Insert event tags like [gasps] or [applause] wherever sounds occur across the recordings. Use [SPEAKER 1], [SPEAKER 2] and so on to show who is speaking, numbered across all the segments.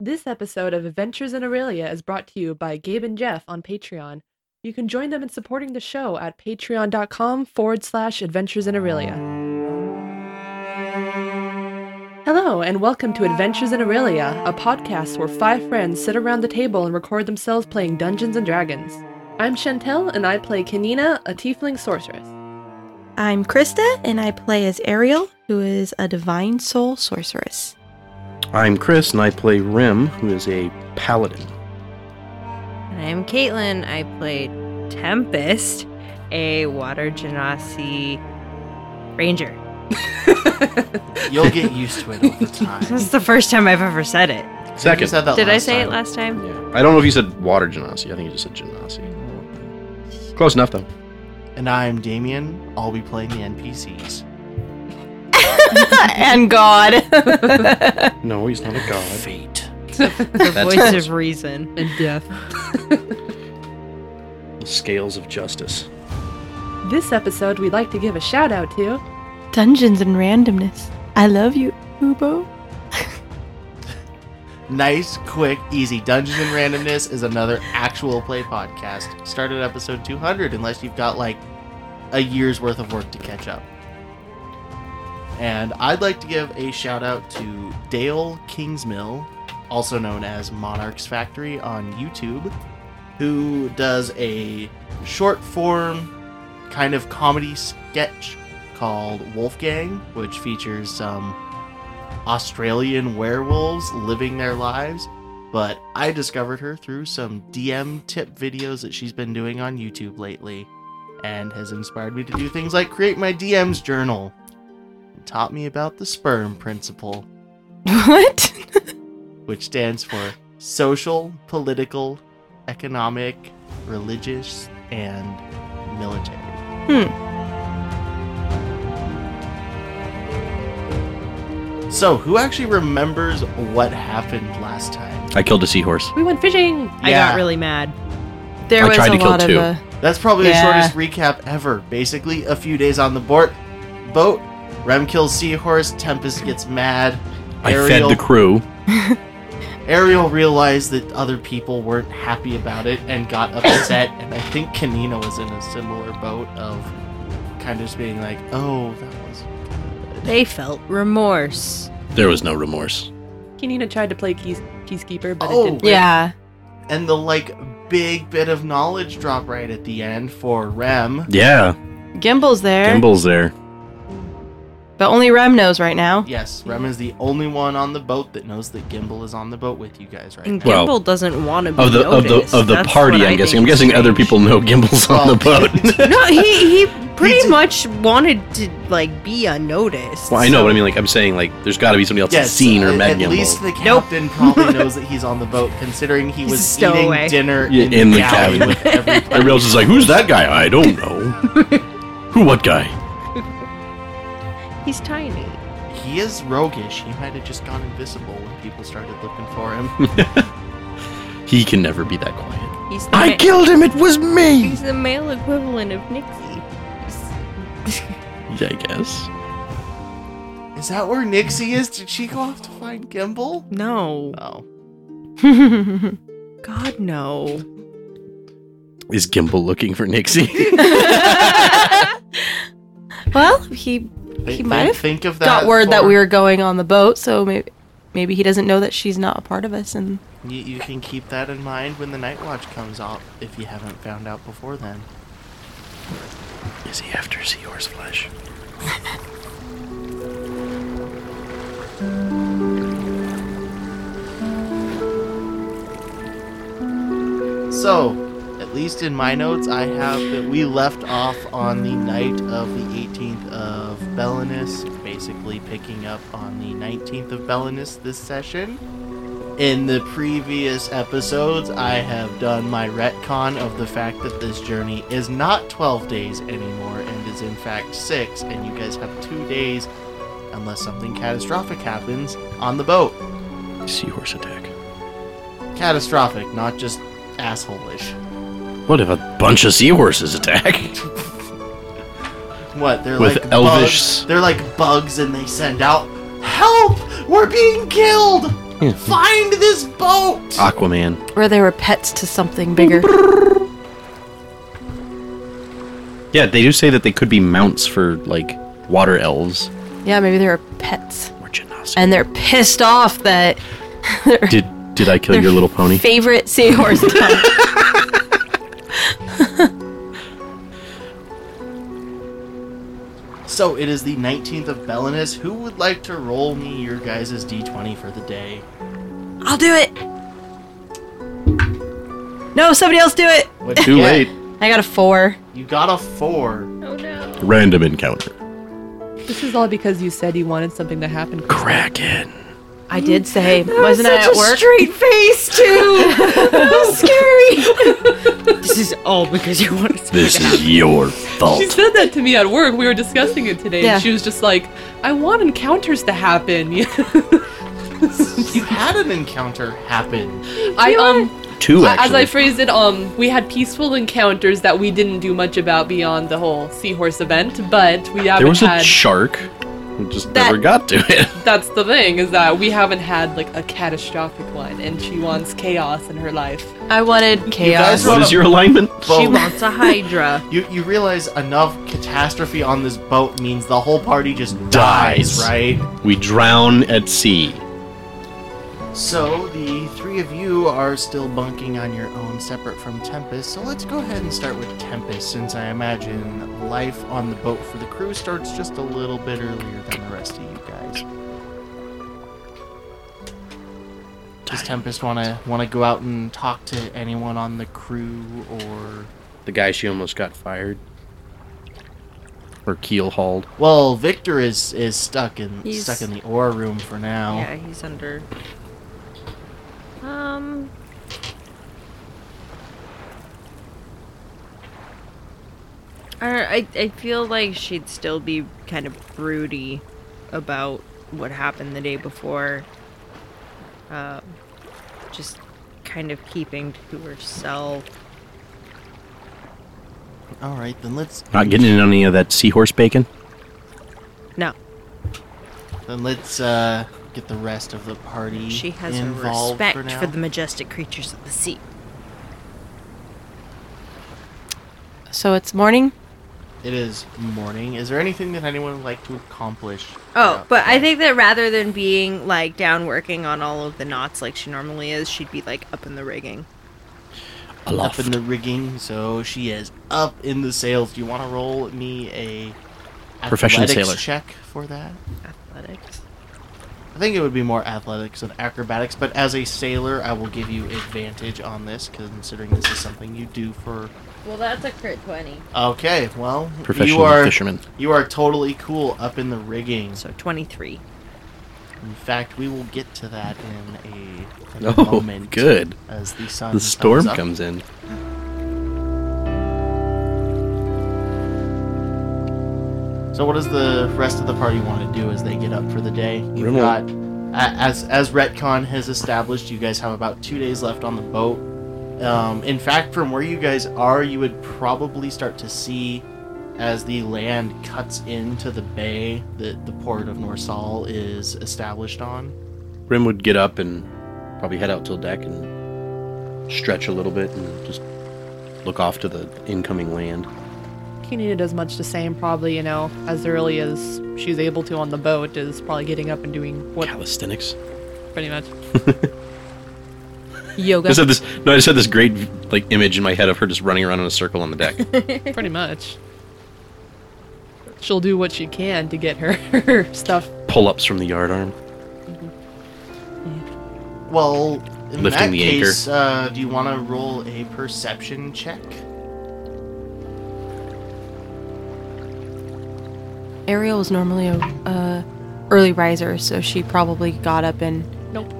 [SPEAKER 1] This episode of Adventures in Aurelia is brought to you by Gabe and Jeff on Patreon. You can join them in supporting the show at patreon.com forward slash adventures in Aurelia. Hello, and welcome to Adventures in Aurelia, a podcast where five friends sit around the table and record themselves playing Dungeons and Dragons. I'm Chantel, and I play Kanina, a tiefling sorceress.
[SPEAKER 2] I'm Krista, and I play as Ariel, who is a divine soul sorceress.
[SPEAKER 3] I'm Chris, and I play Rim, who is a paladin.
[SPEAKER 4] I'm Caitlin. I play Tempest, a water genasi ranger.
[SPEAKER 5] You'll get used to it over
[SPEAKER 4] This
[SPEAKER 5] time.
[SPEAKER 4] is the first time I've ever said it.
[SPEAKER 5] You
[SPEAKER 3] Second,
[SPEAKER 5] said that
[SPEAKER 4] Did I say it
[SPEAKER 5] time.
[SPEAKER 4] last time?
[SPEAKER 3] yeah. I don't know if you said water genasi. I think you just said genasi. Close enough, though.
[SPEAKER 5] And I'm Damien. I'll be playing the NPCs.
[SPEAKER 2] and God.
[SPEAKER 3] No, he's not a god.
[SPEAKER 5] Fate.
[SPEAKER 4] The
[SPEAKER 3] That's [laughs]
[SPEAKER 4] voice
[SPEAKER 3] close.
[SPEAKER 4] of reason.
[SPEAKER 1] And Jeff.
[SPEAKER 3] The scales of justice.
[SPEAKER 1] This episode, we'd like to give a shout out to
[SPEAKER 2] Dungeons and randomness. I love you, Ubo.
[SPEAKER 5] Nice, quick, easy. Dungeons and Randomness is another actual play podcast. Started episode 200, unless you've got like a year's worth of work to catch up. And I'd like to give a shout out to Dale Kingsmill, also known as Monarchs Factory on YouTube, who does a short form kind of comedy sketch called Wolfgang, which features some Australian werewolves living their lives, but I discovered her through some DM tip videos that she's been doing on YouTube lately and has inspired me to do things like create my DM's journal. And taught me about the sperm principle,
[SPEAKER 2] What?
[SPEAKER 4] [laughs]
[SPEAKER 5] which stands for social, political, economic, religious, and military. So, who actually remembers what happened last time?
[SPEAKER 3] I killed a seahorse.
[SPEAKER 1] We Went Fishing!
[SPEAKER 4] I got really mad.
[SPEAKER 2] There
[SPEAKER 3] I
[SPEAKER 2] was
[SPEAKER 3] tried
[SPEAKER 2] a
[SPEAKER 3] to kill
[SPEAKER 2] lot
[SPEAKER 3] two.
[SPEAKER 2] of. Uh,
[SPEAKER 5] That's probably
[SPEAKER 2] Yeah.
[SPEAKER 5] the shortest recap ever. Basically, a few days on the board, boat, Rem kills Seahorse, Tempest gets mad.
[SPEAKER 3] I fed the crew.
[SPEAKER 5] Ariel realized that other people weren't happy about it and
[SPEAKER 3] [coughs]
[SPEAKER 5] got upset. and I think Kanina was in a similar boat of kind of just being like, oh, that was.
[SPEAKER 4] They felt remorse.
[SPEAKER 3] There was no remorse.
[SPEAKER 1] Kanina tried to play Keys- Peacekeeper, but it
[SPEAKER 5] Oh,
[SPEAKER 1] didn't. work.
[SPEAKER 2] yeah.
[SPEAKER 5] And the like big bit of knowledge drop right at the end for Rem.
[SPEAKER 3] Yeah,
[SPEAKER 2] Gimbal's there.
[SPEAKER 3] Gimble's there.
[SPEAKER 2] But only Rem knows right now.
[SPEAKER 5] Yes, Rem is the only one on the boat that knows that Gimbal is on the boat with you guys right
[SPEAKER 4] And
[SPEAKER 5] now.
[SPEAKER 3] Well,
[SPEAKER 4] Gimble doesn't want to be
[SPEAKER 3] Of the
[SPEAKER 4] noticed.
[SPEAKER 3] of the of the
[SPEAKER 4] That's
[SPEAKER 3] party,
[SPEAKER 4] what I
[SPEAKER 3] I'm guessing. I'm
[SPEAKER 4] think is
[SPEAKER 3] guessing other
[SPEAKER 4] strange.
[SPEAKER 3] people know Gimble's on the
[SPEAKER 5] Well,
[SPEAKER 3] boat.
[SPEAKER 4] [laughs] No, he he
[SPEAKER 5] He
[SPEAKER 4] pretty
[SPEAKER 5] did-
[SPEAKER 4] much wanted to like be unnoticed.
[SPEAKER 3] well, I know, but I mean, like, I'm saying, like, there's got to be somebody else that's seen or
[SPEAKER 5] at,
[SPEAKER 3] met
[SPEAKER 5] at
[SPEAKER 3] Gimble.
[SPEAKER 5] least the
[SPEAKER 4] Nope.
[SPEAKER 5] captain
[SPEAKER 2] [laughs]
[SPEAKER 5] probably knows that he's on the boat, considering he
[SPEAKER 4] He's a
[SPEAKER 5] was eating
[SPEAKER 4] stowaway.
[SPEAKER 5] dinner
[SPEAKER 3] Yeah,
[SPEAKER 5] in,
[SPEAKER 3] in
[SPEAKER 5] the
[SPEAKER 3] the
[SPEAKER 5] cabin.
[SPEAKER 3] cabin.
[SPEAKER 5] With
[SPEAKER 3] [laughs]
[SPEAKER 5] everybody.
[SPEAKER 3] Everybody else is like, "Who's that guy?" I don't know. Who? What guy?
[SPEAKER 4] he's tiny.
[SPEAKER 5] He is roguish. He might have just gone invisible when people started looking for
[SPEAKER 3] [laughs]
[SPEAKER 5] him.
[SPEAKER 3] He can never be that quiet.
[SPEAKER 4] He's the
[SPEAKER 3] I
[SPEAKER 4] ma-
[SPEAKER 3] killed him. It was me.
[SPEAKER 4] He's the male equivalent of Nixie.
[SPEAKER 3] Yeah, I guess.
[SPEAKER 5] Is that where Nixie is? Did she go off to find Gimbal?
[SPEAKER 4] No.
[SPEAKER 5] Oh.
[SPEAKER 4] God, no.
[SPEAKER 3] Is Gimbal looking for Nixie? [laughs]
[SPEAKER 2] well, he He
[SPEAKER 5] Th-
[SPEAKER 2] might
[SPEAKER 5] think-
[SPEAKER 2] have
[SPEAKER 5] think of that
[SPEAKER 2] got word that
[SPEAKER 5] for-
[SPEAKER 2] we were going on the boat, so maybe maybe he doesn't know that she's not a part of us. And
[SPEAKER 5] You, you can keep that in mind when the Night Watch comes out, if you haven't found out before then.
[SPEAKER 3] Is he after seahorse flesh?
[SPEAKER 5] So, at least in my notes, I have that we left off on the night of the 18th of Belinus, basically picking up on the 19th of Belinus this session. In the previous episodes, I have done my retcon of the fact that this journey is not 12 days anymore and is in fact 6, and you guys have 2 days, unless something catastrophic happens, on the boat.
[SPEAKER 3] Seahorse attack.
[SPEAKER 5] Catastrophic, not just assholeish.
[SPEAKER 3] What if a bunch of seahorses attack?
[SPEAKER 5] What? They're
[SPEAKER 3] With
[SPEAKER 5] like
[SPEAKER 3] elvish-
[SPEAKER 5] Bugs. They're like bugs, and they send out help. We're being killed.
[SPEAKER 3] Hmm.
[SPEAKER 5] Find this boat!
[SPEAKER 3] [laughs] Ah. Aquaman.
[SPEAKER 2] Or they were pets to something bigger.
[SPEAKER 3] Yeah, they do say that they could be mounts for like water elves
[SPEAKER 2] [laughs] yeah, maybe they were pets.
[SPEAKER 3] or Genasi.
[SPEAKER 2] And they're pissed off that their
[SPEAKER 3] did did I kill your
[SPEAKER 1] [laughs]
[SPEAKER 3] little pony?
[SPEAKER 2] favorite seahorse [laughs] died.
[SPEAKER 5] So it is the 19th of Belinus. Who would like to roll me your guys' d20 for the day?
[SPEAKER 2] I'll do it. No, somebody else do it.
[SPEAKER 5] What'd
[SPEAKER 3] Too
[SPEAKER 5] you
[SPEAKER 3] late.
[SPEAKER 5] get?
[SPEAKER 2] I got a four.
[SPEAKER 5] You got a four.
[SPEAKER 3] Random encounter.
[SPEAKER 1] This is all because you said you wanted something to happen.
[SPEAKER 3] Kraken.
[SPEAKER 2] I did
[SPEAKER 4] Mm.
[SPEAKER 2] say, wasn't I at
[SPEAKER 1] [laughs]
[SPEAKER 2] work?
[SPEAKER 4] straight face
[SPEAKER 2] [laughs]
[SPEAKER 4] too. that was scary. this is all because you wanted to.
[SPEAKER 3] This
[SPEAKER 1] [laughs]
[SPEAKER 3] is your
[SPEAKER 1] She
[SPEAKER 3] fault.
[SPEAKER 1] said that to me at work. We were discussing it today,
[SPEAKER 2] Yeah.
[SPEAKER 1] and she was just like, "I want encounters to happen." [laughs]
[SPEAKER 5] You had an encounter happen.
[SPEAKER 1] I um,
[SPEAKER 3] Two
[SPEAKER 1] I-
[SPEAKER 3] actually.
[SPEAKER 1] as I phrased it, um, we had peaceful encounters that we didn't do much about beyond the whole seahorse event, but we haven't
[SPEAKER 3] there was a
[SPEAKER 1] had.
[SPEAKER 3] shark. We just
[SPEAKER 2] That-
[SPEAKER 3] never got to it.
[SPEAKER 1] that's the thing is that we haven't had like a catastrophic one, and she wants chaos in her life.
[SPEAKER 2] I wanted
[SPEAKER 5] guys
[SPEAKER 2] chaos.
[SPEAKER 5] were-
[SPEAKER 3] What is your alignment?
[SPEAKER 4] She
[SPEAKER 5] Boat.
[SPEAKER 4] wants a Hydra.
[SPEAKER 5] You, you realize enough catastrophe on this boat means the whole party just dies,
[SPEAKER 3] Dies.
[SPEAKER 5] right?
[SPEAKER 3] We drown at sea.
[SPEAKER 5] So the three of you are still bunking on your own, separate from Tempest. So let's go ahead and start with Tempest, since I imagine life on the boat for the crew starts just a little bit earlier than the rest of you guys. Does Tempest want to want to go out and talk to anyone on the crew, or
[SPEAKER 3] The guy she almost got fired. Or keel hauled.
[SPEAKER 5] well, Victor is is stuck in
[SPEAKER 4] He's-
[SPEAKER 5] stuck in the ore room for now.
[SPEAKER 4] Yeah, he's under. Um. I, I I feel like she'd still be kind of broody about what happened the day before. Um, just kind of keeping to herself.
[SPEAKER 5] All right, then let's
[SPEAKER 3] Not getting in on any of that seahorse bacon?
[SPEAKER 4] No,
[SPEAKER 5] Then let's uh, get the rest of the party
[SPEAKER 4] she has a
[SPEAKER 5] involved
[SPEAKER 4] respect
[SPEAKER 5] for, now.
[SPEAKER 4] for the majestic creatures of the sea.
[SPEAKER 2] So it's morning.
[SPEAKER 5] It is morning. Is there anything that anyone would like to accomplish?
[SPEAKER 4] Oh,
[SPEAKER 5] throughout
[SPEAKER 4] but
[SPEAKER 5] the
[SPEAKER 4] I
[SPEAKER 5] day?
[SPEAKER 4] think that rather than being like down working on all of the knots like she normally is, she'd be like up in the rigging.
[SPEAKER 5] up in the rigging, so she is up in the sails. Do you want to roll me a
[SPEAKER 3] Professional
[SPEAKER 5] athletics
[SPEAKER 3] sailor.
[SPEAKER 5] check for that?
[SPEAKER 4] Athletics.
[SPEAKER 5] I think it would be more athletics than acrobatics, but as a sailor, I will give you advantage on this, considering this is something you do for.
[SPEAKER 4] Well, that's a crit twenty.
[SPEAKER 5] Okay, well,
[SPEAKER 3] Professional
[SPEAKER 5] you are
[SPEAKER 3] fisherman.
[SPEAKER 5] you are totally cool up in the rigging.
[SPEAKER 4] So twenty-three.
[SPEAKER 5] In fact, we will get to that in a, in a
[SPEAKER 3] Oh,
[SPEAKER 5] moment.
[SPEAKER 3] good.
[SPEAKER 5] As the sun.
[SPEAKER 3] The storm
[SPEAKER 5] up.
[SPEAKER 3] comes in.
[SPEAKER 5] So, what does the rest of the party want to do as they get up for the day? You've
[SPEAKER 3] Rimmel.
[SPEAKER 5] got, a- as as retcon has established, you guys have about two days left on the boat. Um, in fact, from where you guys are, you would probably start to see as the land cuts into the bay that the port of Norsal is established on.
[SPEAKER 3] Rim would get up and probably head out till deck and stretch a little bit and just look off to the incoming land.
[SPEAKER 1] Kinina does much the same, probably you know, as early as she's able to on the boat is probably getting up and doing what
[SPEAKER 3] Calisthenics.
[SPEAKER 1] pretty
[SPEAKER 5] [laughs]
[SPEAKER 1] much.
[SPEAKER 2] Yoga.
[SPEAKER 3] I said this. No, I just had this great like image in my head of her just running around in a circle on the deck.
[SPEAKER 1] Pretty much. She'll do what she can to get her, [laughs] her stuff.
[SPEAKER 3] Pull ups from the yard arm.
[SPEAKER 5] Well,
[SPEAKER 3] Lifting
[SPEAKER 5] in that
[SPEAKER 3] the anchor.
[SPEAKER 5] case, uh, do you want to roll a perception check?
[SPEAKER 2] Ariel was normally a uh, early riser, so she probably got up and
[SPEAKER 1] Nope.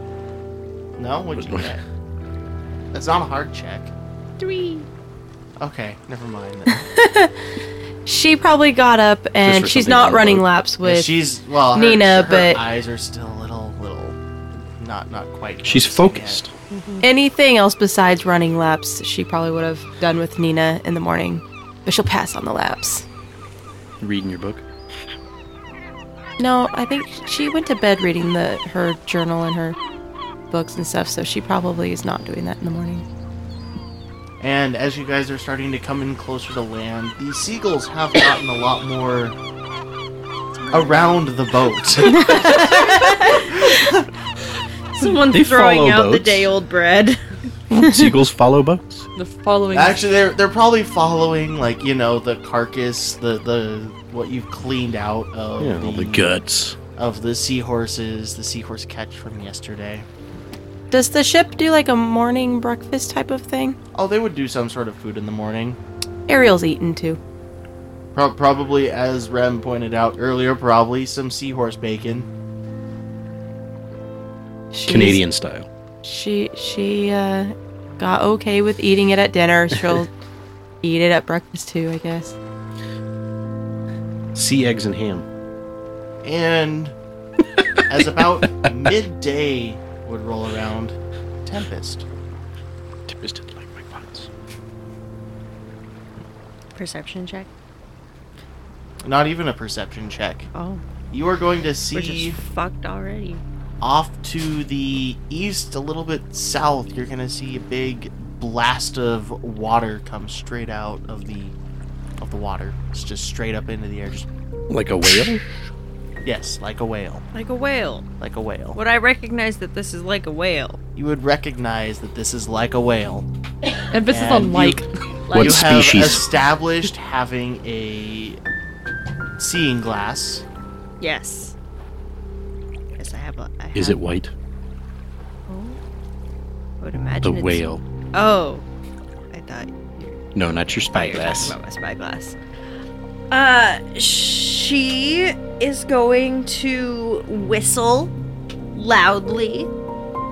[SPEAKER 5] No, what'd you get? That's not a hard check.
[SPEAKER 1] Three.
[SPEAKER 5] Okay, never mind.
[SPEAKER 2] [laughs]
[SPEAKER 5] then.
[SPEAKER 2] she probably got up and
[SPEAKER 3] for
[SPEAKER 2] she's
[SPEAKER 3] something on
[SPEAKER 2] not
[SPEAKER 3] the
[SPEAKER 2] running
[SPEAKER 3] boat.
[SPEAKER 2] laps with.
[SPEAKER 5] she's well, her-
[SPEAKER 2] Nina,
[SPEAKER 5] her
[SPEAKER 2] but-
[SPEAKER 5] eyes are still a little, little, not, not quite.
[SPEAKER 3] She's
[SPEAKER 5] noticing yet.
[SPEAKER 3] focused.
[SPEAKER 2] anything else besides running laps. She probably would have done with Nina in the morning, but she'll pass on the laps.
[SPEAKER 3] Reading your book.
[SPEAKER 2] No, I think she went to bed reading the her journal and her books and stuff, so she probably is not doing that in the morning.
[SPEAKER 5] And as you guys are starting to come in closer to land, the seagulls have gotten a lot more around the boat.
[SPEAKER 4] [laughs]
[SPEAKER 5] [laughs]
[SPEAKER 4] Someone's
[SPEAKER 3] They
[SPEAKER 4] throwing
[SPEAKER 3] follow
[SPEAKER 4] out the
[SPEAKER 3] boats.
[SPEAKER 4] day old bread. [laughs]
[SPEAKER 3] Seagulls follow boats.
[SPEAKER 1] The [laughs] following.
[SPEAKER 5] Actually, they're they're probably following like you know the carcass, the the what you've cleaned out of
[SPEAKER 3] Yeah, all the guts.
[SPEAKER 5] of the seahorses, the seahorse catch from yesterday.
[SPEAKER 2] Does the ship do like a morning breakfast type of thing?
[SPEAKER 5] Oh, they would do some sort of food in the morning.
[SPEAKER 2] Ariel's eaten too.
[SPEAKER 5] Pro- probably, as Rem pointed out earlier, probably some seahorse bacon.
[SPEAKER 2] She's-
[SPEAKER 3] Canadian style.
[SPEAKER 2] She she uh, got okay with eating it at
[SPEAKER 3] [laughs]
[SPEAKER 2] dinner. She'll eat it at breakfast too, I guess.
[SPEAKER 3] Sea eggs and ham. [laughs]
[SPEAKER 5] And as about midday would roll around, Tempest.
[SPEAKER 3] Tempest didn't like my pots.
[SPEAKER 4] Perception check.
[SPEAKER 5] Not even a perception check.
[SPEAKER 4] Oh,
[SPEAKER 5] You are going to
[SPEAKER 4] we're
[SPEAKER 5] see
[SPEAKER 4] just fucked already.
[SPEAKER 5] off to the east, a little bit south, you're going to see a big blast of water come straight out of the of the water. It's just straight up into the air. Just
[SPEAKER 3] Like a [laughs] whale?
[SPEAKER 5] yes, like a whale,
[SPEAKER 4] Like a whale.
[SPEAKER 5] like a whale.
[SPEAKER 4] Would I recognize that this is like a whale?
[SPEAKER 5] You would recognize that this is like a whale.
[SPEAKER 1] emphasis
[SPEAKER 5] and
[SPEAKER 1] on
[SPEAKER 5] you-
[SPEAKER 1] like.
[SPEAKER 3] What
[SPEAKER 5] you
[SPEAKER 3] species?
[SPEAKER 5] have established having a seeing glass.
[SPEAKER 4] Yes. Yes, I have a. I
[SPEAKER 3] Is
[SPEAKER 4] have-
[SPEAKER 3] it white?
[SPEAKER 4] I would imagine
[SPEAKER 3] The
[SPEAKER 4] it's-
[SPEAKER 3] whale.
[SPEAKER 4] Oh, I thought
[SPEAKER 3] No, not your spyglass.
[SPEAKER 4] About my spyglass. Uh, she is going to whistle loudly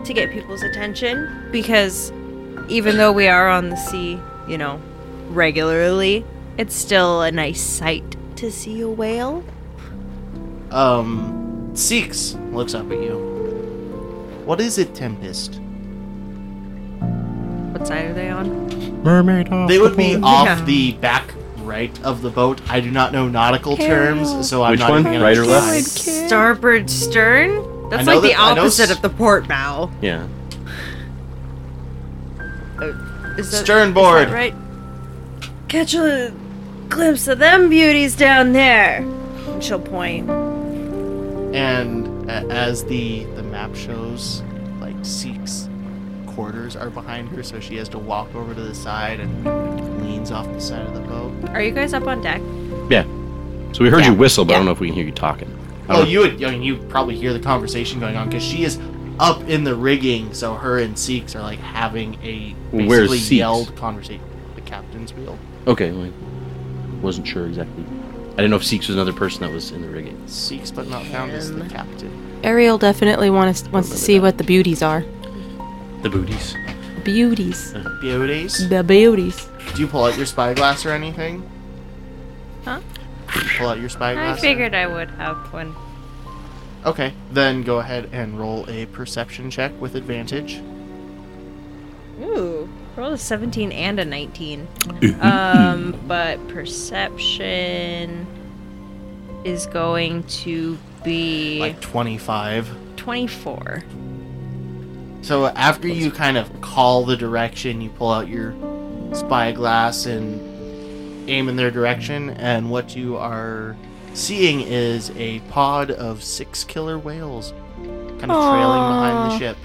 [SPEAKER 4] to get people's attention because even though we are on the sea, you know, regularly, it's still a nice sight to see a whale.
[SPEAKER 5] Um, Seeks looks up at you. What is it, Tempest?
[SPEAKER 4] What side are they on?
[SPEAKER 3] Mermaid off
[SPEAKER 5] They
[SPEAKER 3] the
[SPEAKER 5] would be
[SPEAKER 3] board.
[SPEAKER 5] off
[SPEAKER 4] Yeah.
[SPEAKER 5] the back right of the boat. I do not know nautical terms, so I'm
[SPEAKER 3] Which
[SPEAKER 5] not
[SPEAKER 3] one?
[SPEAKER 5] even gonna
[SPEAKER 3] Right or
[SPEAKER 5] try.
[SPEAKER 3] left?
[SPEAKER 4] Starboard stern? That's
[SPEAKER 5] know
[SPEAKER 4] like the
[SPEAKER 5] that- I know
[SPEAKER 4] opposite
[SPEAKER 5] s-
[SPEAKER 4] of the port bow.
[SPEAKER 3] Yeah.
[SPEAKER 4] Is that-
[SPEAKER 5] Stern
[SPEAKER 4] is
[SPEAKER 5] board.
[SPEAKER 4] that right? Catch a glimpse of them beauties down there. And she'll point.
[SPEAKER 5] And a- as the the map shows, like Seeks quarters are behind her, so she has to walk over to the side and leans off the side of the boat.
[SPEAKER 4] Are you guys up on deck?
[SPEAKER 3] Yeah. So we heard you
[SPEAKER 4] Yeah.
[SPEAKER 3] whistle, but I don't
[SPEAKER 4] Yeah.
[SPEAKER 3] know if we can hear you talking. I
[SPEAKER 5] Well,
[SPEAKER 3] don't-
[SPEAKER 5] Oh, you would. I mean, you probably hear the conversation going on because she is up in the rigging, so her and Seeks are like having a
[SPEAKER 3] Well, where's
[SPEAKER 5] basically
[SPEAKER 3] Seeks?
[SPEAKER 5] yelled conversation. The captain's wheel.
[SPEAKER 3] Okay, like, wasn't sure exactly. I didn't know if Seeks was another person that was in the rigging.
[SPEAKER 5] Seeks, but not found, is the captain.
[SPEAKER 2] Ariel definitely wants wants to see what the beauties are.
[SPEAKER 3] The booties.
[SPEAKER 2] Beauties.
[SPEAKER 3] Uh-huh.
[SPEAKER 5] Beauties.
[SPEAKER 2] The beauties.
[SPEAKER 5] Do you pull out your spyglass or anything?
[SPEAKER 4] Huh?
[SPEAKER 5] Do you pull out your spyglass. or-
[SPEAKER 4] I would have one.
[SPEAKER 5] Okay, then go ahead and roll a perception check with advantage.
[SPEAKER 4] Ooh, roll a 17 and a 19. um, but perception is going to be
[SPEAKER 5] Like 25.
[SPEAKER 4] 24.
[SPEAKER 5] So after you kind of call the direction, you pull out your spyglass and aim in their direction, and what you are seeing is a pod of six killer whales kind of trailing behind the
[SPEAKER 2] Aw.
[SPEAKER 5] ship.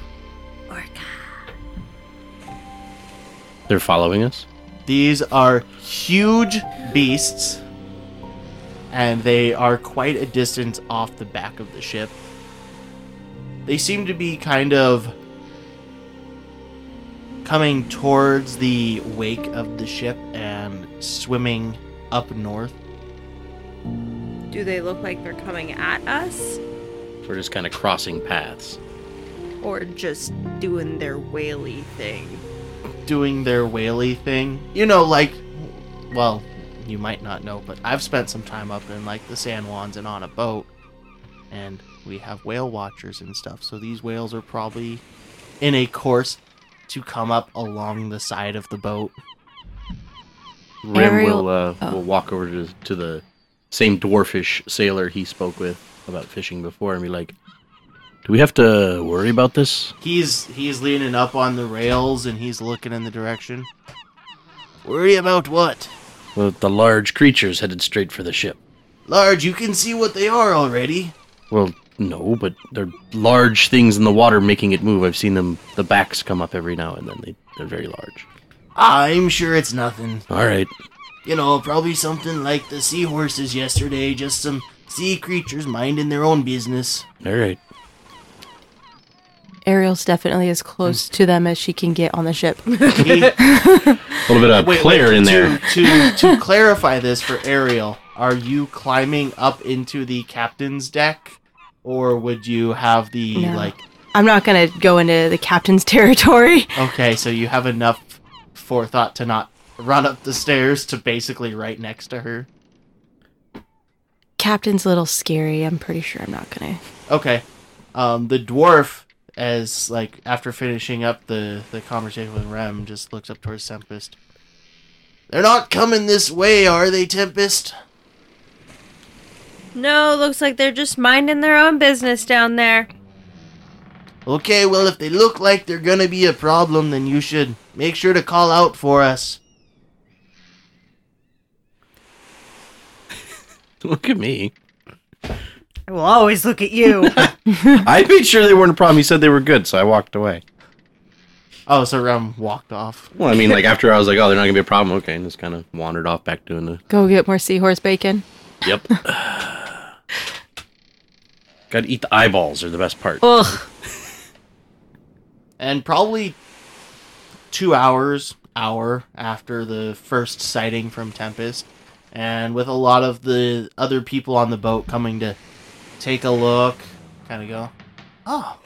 [SPEAKER 3] They're following us?
[SPEAKER 5] These are huge beasts, and they are quite a distance off the back of the ship. They seem to be kind of coming towards the wake of the ship and swimming up north.
[SPEAKER 4] Do they look like they're coming at us
[SPEAKER 3] We're just kind of crossing paths.
[SPEAKER 4] or just doing their whaley thing?
[SPEAKER 5] doing their whaley thing. You know, like, well, you might not know, but I've spent some time up in like the San Juans and on a boat, and we have whale watchers and stuff. So these whales are probably in a course to come up along the side of the boat.
[SPEAKER 3] Rim
[SPEAKER 2] Ariel-
[SPEAKER 3] will, uh,
[SPEAKER 2] oh.
[SPEAKER 3] will walk over to, to the same dwarfish sailor he spoke with about fishing before and be like, Do we have to worry about this?
[SPEAKER 5] He's he's leaning up on the rails and he's looking in the direction. Worry about what?
[SPEAKER 3] Well, the large creatures headed straight for the ship.
[SPEAKER 5] Large, you can see what they are already.
[SPEAKER 3] Well, no, but they're large things in the water making it move. I've seen them, the backs come up every now and then. They, they're very large.
[SPEAKER 5] I'm sure it's nothing.
[SPEAKER 3] All right.
[SPEAKER 5] You know, probably something like the seahorses yesterday, just some sea creatures minding their own business.
[SPEAKER 3] All right.
[SPEAKER 2] Ariel's definitely as
[SPEAKER 3] Mm.
[SPEAKER 2] close to them as she can get on the ship. [laughs]
[SPEAKER 5] He-
[SPEAKER 3] [laughs] A little bit of player in
[SPEAKER 5] to,
[SPEAKER 3] there.
[SPEAKER 5] To [laughs] to clarify this for Ariel, are you climbing up into the captain's deck, or would you have the
[SPEAKER 2] No.
[SPEAKER 5] like?
[SPEAKER 2] I'm not gonna go into the captain's [laughs] territory.
[SPEAKER 5] Okay, so you have enough forethought to not run up the stairs to basically right next to her.
[SPEAKER 2] Captain's a little scary. I'm pretty sure I'm not gonna.
[SPEAKER 5] Okay, um, the dwarf as like after finishing up the the conversation with Rem just looks up towards Tempest. They're not coming this way, are they, Tempest?
[SPEAKER 4] No, looks like they're just minding their own business down there.
[SPEAKER 5] Okay, well, if they look like they're gonna be a problem, then you should make sure to call out for us.
[SPEAKER 3] [laughs] Look at me.
[SPEAKER 4] I will always look at [laughs] you.
[SPEAKER 3] I made sure they weren't a problem. He said they were good, so I walked away.
[SPEAKER 5] Oh, so Rem walked off.
[SPEAKER 3] Well, I mean, like after I was like, oh, they're not gonna be a problem. Okay, and just kind of wandered off back doing the.
[SPEAKER 2] Go get more seahorse bacon.
[SPEAKER 3] Yep. [sighs] Got to eat the eyeballs are the best part.
[SPEAKER 4] Ugh.
[SPEAKER 5] And probably two hours, hour after the first sighting from Tempest, and with a lot of the other people on the boat coming to take a look, kind of go, oh,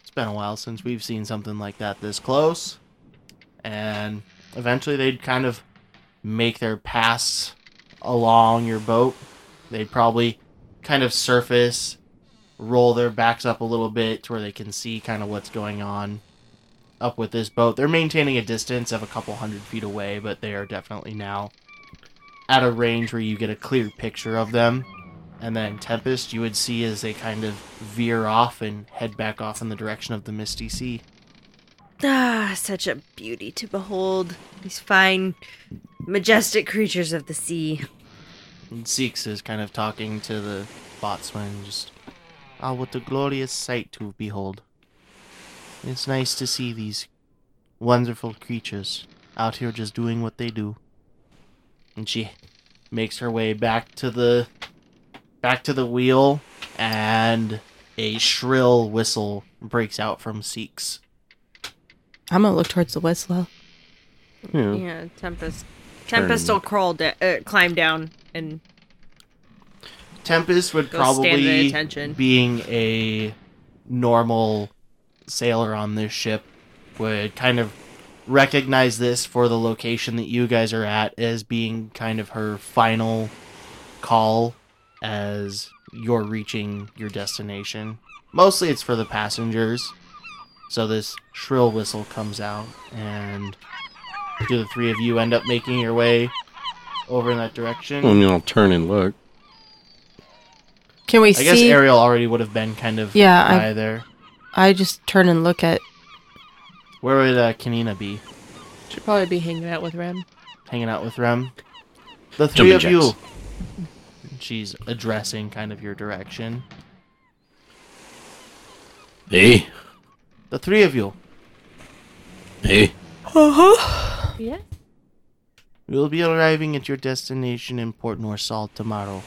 [SPEAKER 5] it's been a while since we've seen something like that this close. And eventually they'd kind of make their pass along your boat. They'd probably kind of surface roll their backs up a little bit to where they can see kind of what's going on up with this boat. They're maintaining a distance of a couple hundred feet away, but they are definitely now at a range where you get a clear picture of them. And then Tempest, you would see as they kind of veer off and head back off in the direction of the Misty Sea.
[SPEAKER 4] Ah, such a beauty to behold. These fine, majestic creatures of the sea.
[SPEAKER 5] And Seeks is kind of talking to the botsman, just, ah, what a glorious sight to behold. It's nice to see these wonderful creatures out here just doing what they do. And she makes her way back to the back to the wheel and a shrill whistle breaks out from Seeks.
[SPEAKER 2] I'm gonna look towards the Westlow.
[SPEAKER 3] Yeah.
[SPEAKER 4] Yeah, Tempest. Tempest will crawl, da- uh, climb down, and
[SPEAKER 5] Tempest would
[SPEAKER 4] Go stand at
[SPEAKER 5] probably
[SPEAKER 4] attention.
[SPEAKER 5] being a normal sailor on this ship would kind of recognize this for the location that you guys are at as being kind of her final call as you're reaching your destination. Mostly it's for the passengers. So this shrill whistle comes out and do the three of you end up making your way over in that direction?
[SPEAKER 3] I mean, I'll turn and look.
[SPEAKER 2] Can we
[SPEAKER 5] I guess
[SPEAKER 2] see?
[SPEAKER 5] Ariel already would have been kind of
[SPEAKER 2] Yeah, I-
[SPEAKER 5] high there.
[SPEAKER 2] I just turn and look at.
[SPEAKER 5] Where would uh, Kanina be?
[SPEAKER 1] Should probably be hanging out with Rem.
[SPEAKER 5] Hanging out with Rem? The three
[SPEAKER 3] Jumping
[SPEAKER 5] of
[SPEAKER 3] jacks.
[SPEAKER 5] you. She's addressing kind of your direction.
[SPEAKER 3] Hey,
[SPEAKER 5] The three of you
[SPEAKER 3] hey.
[SPEAKER 1] Yeah.
[SPEAKER 5] will be arriving at your destination in Port Norsal tomorrow.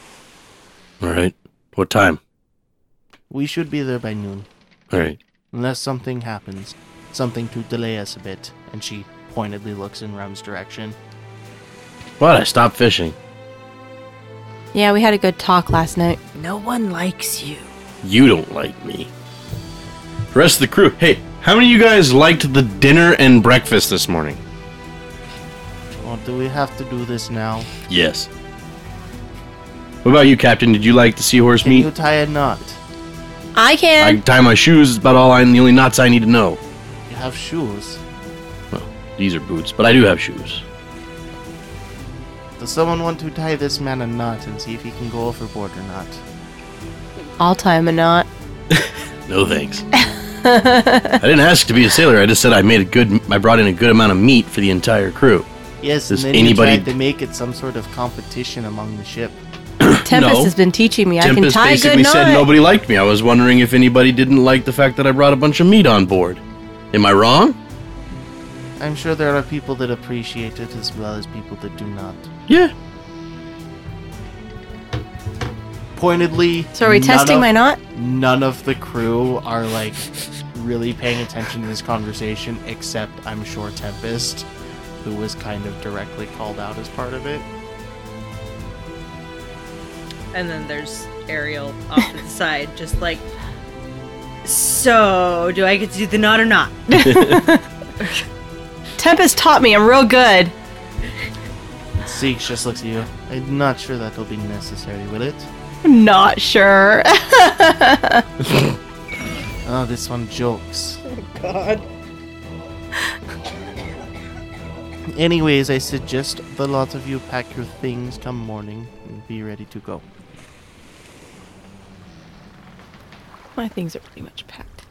[SPEAKER 3] All right. What time?
[SPEAKER 5] We should be there by noon,
[SPEAKER 3] All right.
[SPEAKER 5] unless something happens. Something to delay us a bit. And she pointedly looks in Rem's direction.
[SPEAKER 3] What? I stopped fishing.
[SPEAKER 2] Yeah, we had a good talk last night.
[SPEAKER 4] no one likes you.
[SPEAKER 3] You don't like me. Rest of the crew. Hey, how many of you guys liked the dinner and breakfast this morning?
[SPEAKER 5] Oh, do we have to do this now?
[SPEAKER 3] Yes. What about you, Captain? Did you like the seahorse
[SPEAKER 5] Can
[SPEAKER 3] meat?
[SPEAKER 5] you tie a knot?
[SPEAKER 2] I
[SPEAKER 3] I
[SPEAKER 2] can.
[SPEAKER 3] can tie my shoes. It's about all I. The only knots I need to know.
[SPEAKER 5] You have shoes.
[SPEAKER 3] Well, these are boots, but I do have shoes.
[SPEAKER 5] Does someone want to tie this man a knot and see if he can go overboard or not?
[SPEAKER 2] I'll tie him a knot.
[SPEAKER 3] No thanks. I didn't ask to be a sailor. I just said I made a good. I brought in a good amount of meat for the entire crew.
[SPEAKER 5] Yes,
[SPEAKER 3] Does
[SPEAKER 5] and then anybody...
[SPEAKER 3] anybody-
[SPEAKER 5] tried to make it some sort of competition among the ship.
[SPEAKER 2] Tempest
[SPEAKER 3] No.
[SPEAKER 2] has been teaching me I can
[SPEAKER 3] Tempest
[SPEAKER 2] tie good
[SPEAKER 3] basically
[SPEAKER 2] knot.
[SPEAKER 3] said nobody liked me. I was wondering if anybody didn't like the fact that I brought a bunch of meat on board. Am I wrong?
[SPEAKER 5] I'm sure there are people that appreciate it as well as people that do not.
[SPEAKER 3] Yeah.
[SPEAKER 5] Pointedly,
[SPEAKER 2] So are we
[SPEAKER 5] none
[SPEAKER 2] testing
[SPEAKER 5] of-
[SPEAKER 2] my knot?
[SPEAKER 5] None of the crew are like really paying attention to this conversation, except I'm sure Tempest, who was kind of directly called out as part of it.
[SPEAKER 4] And then there's Ariel off to the side, just like, so do I get to do the knot or not?
[SPEAKER 2] Tempest taught me I'm real good.
[SPEAKER 5] Zeke just looks at you. I'm not sure that'll be necessary, will it?
[SPEAKER 2] I'm not sure. [laughs]
[SPEAKER 5] Oh, this
[SPEAKER 1] [laughs]
[SPEAKER 5] one jokes. God. Anyways, I suggest the lot of you pack your things come morning and be ready to go.
[SPEAKER 2] my things are pretty much packed.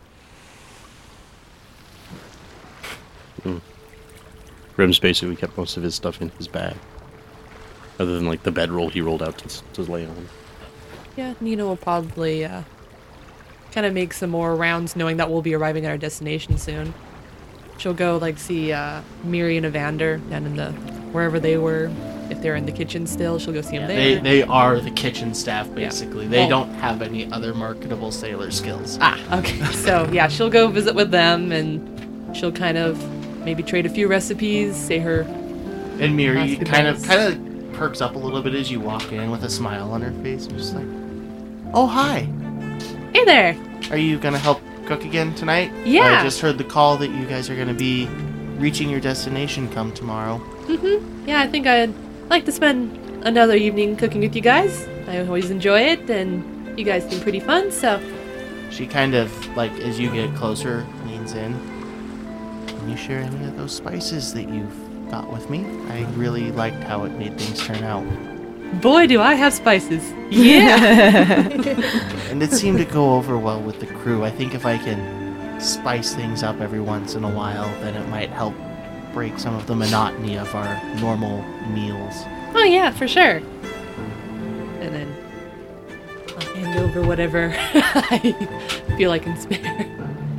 [SPEAKER 3] Grim's basically kept most of his stuff in his bag, other than like the bedroll he rolled out to, s- to lay on.
[SPEAKER 1] Yeah, Nina will probably uh, kind of make some more rounds, knowing that we'll be arriving at our destination soon. She'll go like see uh, Miri and Evander down in the wherever they were. If they're in the kitchen still, she'll go see them
[SPEAKER 5] They
[SPEAKER 1] there.
[SPEAKER 5] they are the kitchen staff basically. They
[SPEAKER 1] Well-
[SPEAKER 5] don't have any other marketable sailor skills.
[SPEAKER 1] Ah, Okay, [laughs] so yeah, she'll go visit with them, and she'll kind of maybe trade a few recipes, say her
[SPEAKER 5] And Miri
[SPEAKER 1] Must be
[SPEAKER 5] kind of
[SPEAKER 1] nice.
[SPEAKER 5] kind of perks up a little bit as you walk in with a smile on her face, and just like, "Oh hi,
[SPEAKER 1] hey there.
[SPEAKER 5] are you gonna help cook again tonight? I
[SPEAKER 1] Yeah.
[SPEAKER 5] just heard the call that you guys are gonna be reaching your destination come tomorrow.
[SPEAKER 1] Yeah, I think I'd like to spend another evening cooking with you guys. I always enjoy it, and you guys seem pretty fun, so
[SPEAKER 5] She kind of like as you get closer leans in. Can you share any of those spices that you've got with me? I really liked how it made things turn out,
[SPEAKER 1] boy, do I have spices.
[SPEAKER 2] [laughs]
[SPEAKER 5] and it seemed to go over well with the crew. I think if I can spice things up every once in a while, then it might help break some of the monotony of our normal meals.
[SPEAKER 1] Oh yeah, for sure. And then I'll hand over whatever [laughs] I feel I can spare,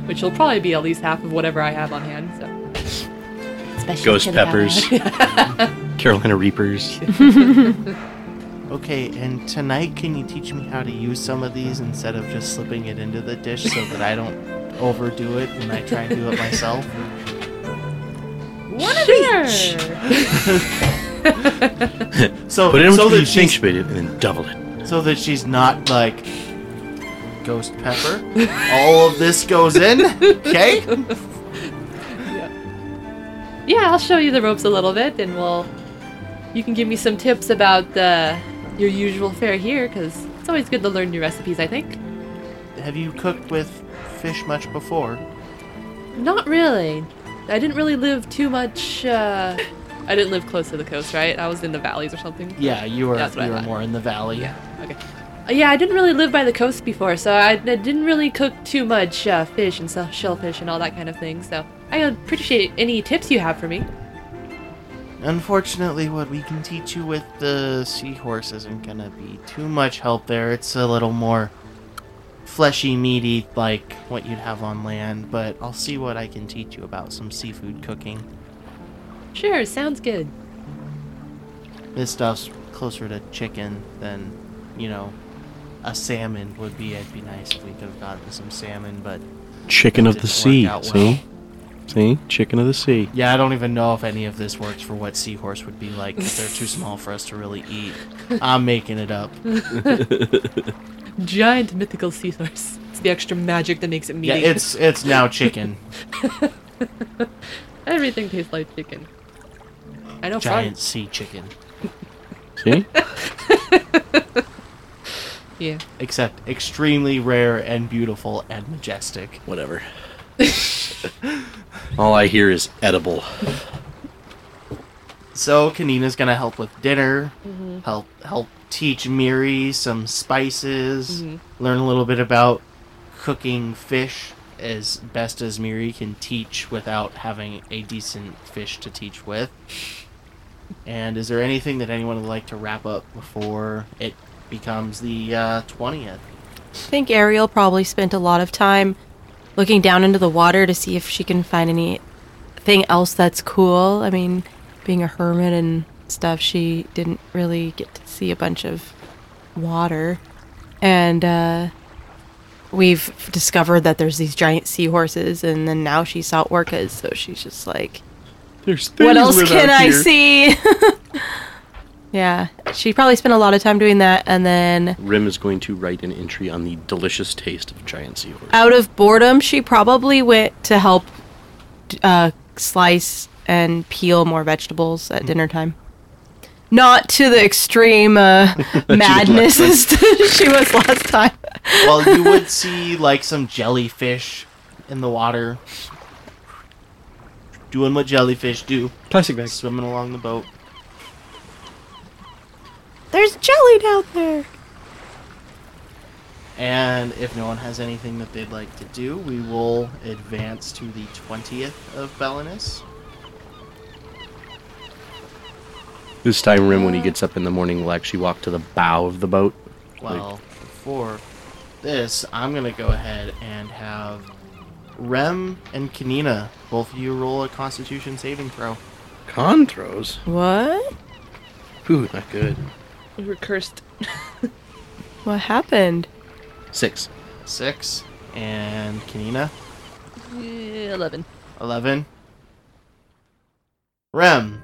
[SPEAKER 1] which will probably be at least half of whatever I have on hand. So
[SPEAKER 3] Ghost peppers, [laughs]
[SPEAKER 2] [laughs]
[SPEAKER 3] Carolina reapers.
[SPEAKER 5] Okay, and tonight can you teach me how to use some of these instead of just slipping it into the dish so that I don't overdo it when I try and do it myself?
[SPEAKER 1] one of each.
[SPEAKER 5] So
[SPEAKER 3] Put it in with
[SPEAKER 5] so that
[SPEAKER 3] the
[SPEAKER 5] she's
[SPEAKER 3] pinch bait and then double it.
[SPEAKER 5] so that she's not like ghost
[SPEAKER 1] [laughs]
[SPEAKER 5] pepper. All of this goes in, okay?
[SPEAKER 1] Yeah, I'll show you the ropes a little bit, and we'll. You can give me some tips about uh, your usual fare here, because it's always good to learn new recipes. I think.
[SPEAKER 5] Have you cooked with fish much before?
[SPEAKER 1] Not really. I didn't really live too much. Uh, I didn't live close to the coast, right? I was in the valleys or something.
[SPEAKER 5] Yeah, you were
[SPEAKER 1] That's what
[SPEAKER 5] you
[SPEAKER 1] I
[SPEAKER 5] were
[SPEAKER 1] thought.
[SPEAKER 5] more in the valley.
[SPEAKER 1] Okay. Uh, Yeah, I didn't really live by the coast before, so I, I didn't really cook too much uh, fish and se- shellfish and all that kind of thing. So I appreciate any tips you have for me.
[SPEAKER 5] Unfortunately, what we can teach you with the seahorse isn't gonna be too much help there. It's a little more fleshy, meaty, like what you'd have on land, but I'll see what I can teach you about some seafood cooking.
[SPEAKER 1] Sure, sounds good.
[SPEAKER 5] This stuff's closer to chicken than, you know, a salmon would be. It'd be nice if we could have gotten some salmon, but
[SPEAKER 3] Chicken of
[SPEAKER 5] Didn't
[SPEAKER 3] the
[SPEAKER 5] work
[SPEAKER 3] sea.
[SPEAKER 5] out well.
[SPEAKER 3] See, see, chicken of the sea.
[SPEAKER 5] yeah, I don't even know if any of this works for what seahorse would be like. 'cause They're too small for us to really eat. I'm making it up.
[SPEAKER 1] Giant mythical seahorse. It's the extra magic that makes it meaty.
[SPEAKER 5] Yeah, it's it's now chicken.
[SPEAKER 1] Everything tastes like chicken. I know
[SPEAKER 5] giant
[SPEAKER 1] frogs.
[SPEAKER 5] sea chicken.
[SPEAKER 3] See,
[SPEAKER 1] Yeah.
[SPEAKER 5] Except extremely rare and beautiful and majestic.
[SPEAKER 3] [laughs] whatever. [laughs] All I hear is edible.
[SPEAKER 5] So Kanina's gonna help with dinner, help help teach Miri some spices, learn a little bit about cooking fish as best as Miri can teach without having a decent fish to teach with. And is there anything that anyone would like to wrap up before it becomes the uh, twentieth?
[SPEAKER 2] I think Ariel probably spent a lot of time looking down into the water to see if she can find anything else that's cool. I mean, being a hermit and stuff, she didn't really get to see a bunch of water. And uh, we've discovered that there's these giant seahorses, and then now she saw orcas, so she's just like,
[SPEAKER 3] There's
[SPEAKER 2] what else can I see? [laughs] yeah, she probably spent a lot of time doing that, and then
[SPEAKER 3] Rim is going to write an entry on the delicious taste of giant seahorse.
[SPEAKER 5] Uh,
[SPEAKER 2] out of boredom, she probably went to help uh, slice and peel more vegetables
[SPEAKER 3] Hmm.
[SPEAKER 2] at dinner time. Not to the extreme
[SPEAKER 3] [laughs]
[SPEAKER 2] uh, madness as [laughs] she was last time.
[SPEAKER 5] well, you would see like some jellyfish in the water, doing what jellyfish do,
[SPEAKER 3] Plastic bag.
[SPEAKER 5] swimming along the boat.
[SPEAKER 2] There's jelly down there.
[SPEAKER 5] And if no one has anything that they'd like to do, we will advance to the 20th of Belinus.
[SPEAKER 3] This time, Rim, when he gets up in the morning, will actually walk to the bow of the boat.
[SPEAKER 5] Well, before this, I'm going to go ahead and have Rem and Kanina, both of you roll a constitution saving throw.
[SPEAKER 3] Con throws?
[SPEAKER 2] What?
[SPEAKER 3] Ooh, not good.
[SPEAKER 1] We were cursed.
[SPEAKER 2] What happened?
[SPEAKER 3] Six.
[SPEAKER 5] Six. And Kanina,
[SPEAKER 1] Yeah, Eleven.
[SPEAKER 5] 11. Rem.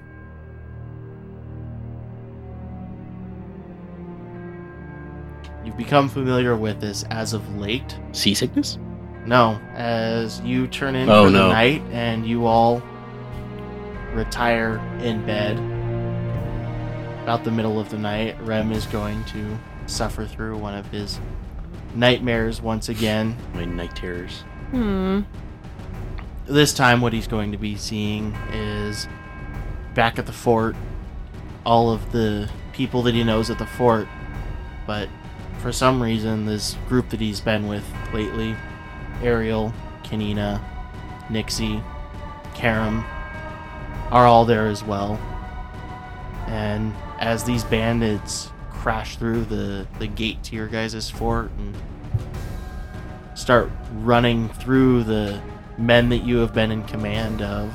[SPEAKER 5] You've become familiar with this as of late.
[SPEAKER 3] Seasickness?
[SPEAKER 5] No, as you turn in
[SPEAKER 3] Oh,
[SPEAKER 5] for
[SPEAKER 3] no.
[SPEAKER 5] the night and you all retire in bed. About the middle of the night, Rem is going to suffer through one of his nightmares once again.
[SPEAKER 3] My night terrors.
[SPEAKER 2] Hmm.
[SPEAKER 5] This time, what he's going to be seeing is back at the fort, all of the people that he knows at the fort. But for some reason, this group that he's been with lately Ariel, Kanina, Nixie, Karam are all there as well. And as these bandits crash through the, the gate to your guys' fort and start running through the men that you have been in command of.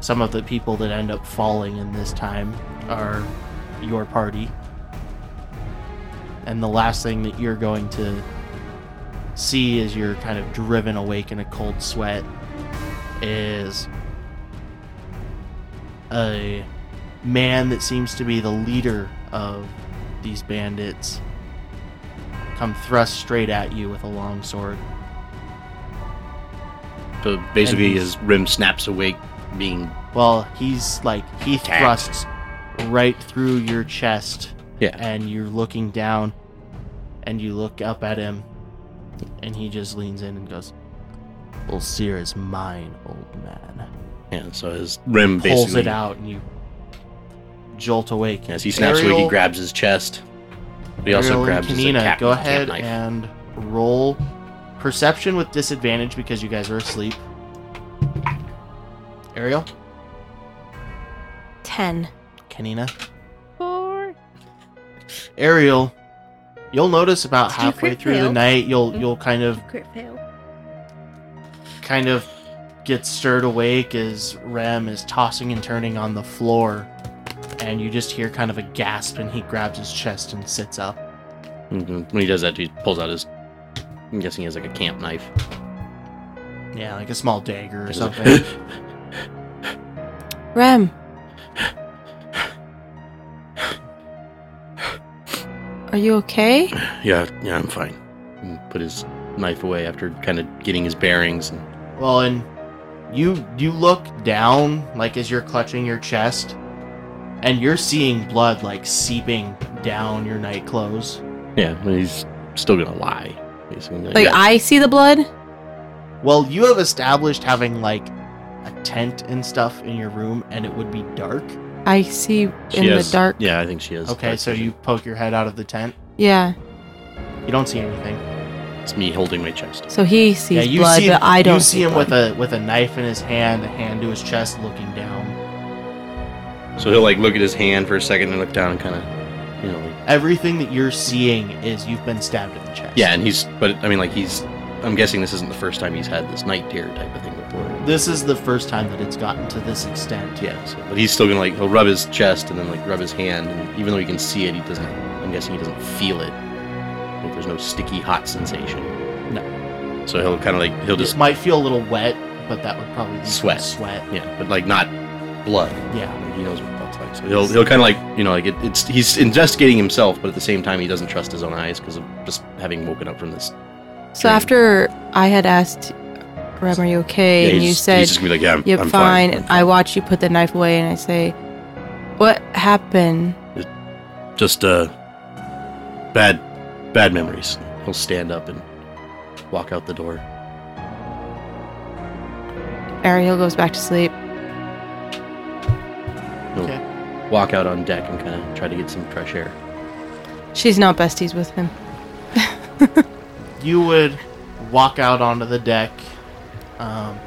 [SPEAKER 5] Some of the people that end up falling in this time are your party. And the last thing that you're going to see as you're kind of driven awake in a cold sweat is a man that seems to be the leader of these bandits come thrust straight at you with a long sword.
[SPEAKER 3] So basically,
[SPEAKER 5] And-
[SPEAKER 3] his Rim snaps awake, being.
[SPEAKER 5] Well, he's like he
[SPEAKER 3] Attack.
[SPEAKER 5] thrusts right through your chest,
[SPEAKER 3] Yeah.
[SPEAKER 5] and you're looking down, and you look up at him, and he just leans in and goes, "Ulcir is mine, old man."
[SPEAKER 3] And so his Rim basically.
[SPEAKER 5] Pulls it out, and you jolt awake.
[SPEAKER 3] As he snaps awake, he grabs his chest. But he also
[SPEAKER 5] Ariel and
[SPEAKER 3] grabs his
[SPEAKER 5] Kanina,
[SPEAKER 3] uh, captain's
[SPEAKER 5] Go ahead
[SPEAKER 3] knife.
[SPEAKER 5] and roll perception with disadvantage because you guys are asleep. Ariel,
[SPEAKER 2] Ten.
[SPEAKER 5] Kanina.
[SPEAKER 4] Four.
[SPEAKER 5] Ariel, you'll notice about
[SPEAKER 4] Did you
[SPEAKER 5] halfway
[SPEAKER 4] crit
[SPEAKER 5] through the
[SPEAKER 4] fail? Mm.
[SPEAKER 5] night, you'll you'll kind of
[SPEAKER 4] Crit fail.
[SPEAKER 5] kind of get stirred awake as Rem is tossing and turning on the floor, and you just hear kind of a gasp, and he grabs his chest and sits up.
[SPEAKER 3] Mhm. When he does that, he pulls out his. I'm guessing he has like a camp knife.
[SPEAKER 5] Yeah, like a small dagger or
[SPEAKER 3] He's
[SPEAKER 5] something.
[SPEAKER 2] Rem. Are you okay?
[SPEAKER 3] yeah, yeah, I'm fine. And put his knife away after kind of getting his bearings. And
[SPEAKER 5] well, and you you look down like as you're clutching your chest, and you're seeing blood like seeping down your night clothes.
[SPEAKER 3] yeah, but he's still gonna lie. Basically,
[SPEAKER 2] Like
[SPEAKER 3] yeah.
[SPEAKER 2] I see the blood.
[SPEAKER 5] Well, you have established having like a tent and stuff in your room, and it would be dark.
[SPEAKER 2] I see in
[SPEAKER 3] She has-
[SPEAKER 2] the dark.
[SPEAKER 3] Yeah, I think she is.
[SPEAKER 5] Okay, so you poke your head out of the tent.
[SPEAKER 2] Yeah.
[SPEAKER 5] You don't see anything.
[SPEAKER 3] It's me holding my chest.
[SPEAKER 2] So he sees
[SPEAKER 5] yeah, you
[SPEAKER 2] blood,
[SPEAKER 5] see him,
[SPEAKER 2] but I don't.
[SPEAKER 5] You see him
[SPEAKER 2] blood.
[SPEAKER 5] with a with a knife in his hand, a hand to his chest, looking down.
[SPEAKER 3] So he'll like look at his hand for a second and look down and kind of, you know, like,
[SPEAKER 5] Everything that you're seeing is you've been stabbed in the chest.
[SPEAKER 3] yeah. And he's, but I mean, like he's, I'm guessing this isn't the first time he's had this night terror type of thing before.
[SPEAKER 5] This is the first time that it's gotten to this extent.
[SPEAKER 3] Yeah. So, but he's still gonna like he'll rub his chest and then like rub his hand, and even though he can see it, he doesn't. I'm guessing he doesn't feel it. Like there's no sticky hot sensation. No. So he'll kind of like he'll
[SPEAKER 5] This
[SPEAKER 3] just
[SPEAKER 5] might feel a little wet, but that would probably be
[SPEAKER 3] Sweat.
[SPEAKER 5] Sweat.
[SPEAKER 3] yeah, but like not blood.
[SPEAKER 5] Yeah.
[SPEAKER 3] Like, he knows what that's like. So he'll he'll kind of like you know like it, it's he's investigating himself, but at the same time he doesn't trust his own eyes because of just having woken up from this.
[SPEAKER 2] So
[SPEAKER 3] dream.
[SPEAKER 2] after I had asked, Rem, are you okay?
[SPEAKER 3] yeah,
[SPEAKER 2] and you
[SPEAKER 3] he's,
[SPEAKER 2] said,
[SPEAKER 3] he's just gonna be like, yeah, I'm,
[SPEAKER 2] Yep,
[SPEAKER 3] I'm
[SPEAKER 2] fine.
[SPEAKER 3] fine.
[SPEAKER 2] And I watch you put the knife away, and I say, "What happened?"
[SPEAKER 3] just uh bad bad memories. He'll stand up and walk out the door.
[SPEAKER 2] Ariel goes back to sleep.
[SPEAKER 3] He'll
[SPEAKER 5] Okay.
[SPEAKER 3] walk out on deck and kind of try to get some fresh air.
[SPEAKER 2] She's not besties with him.
[SPEAKER 5] you would walk out onto the deck. Um,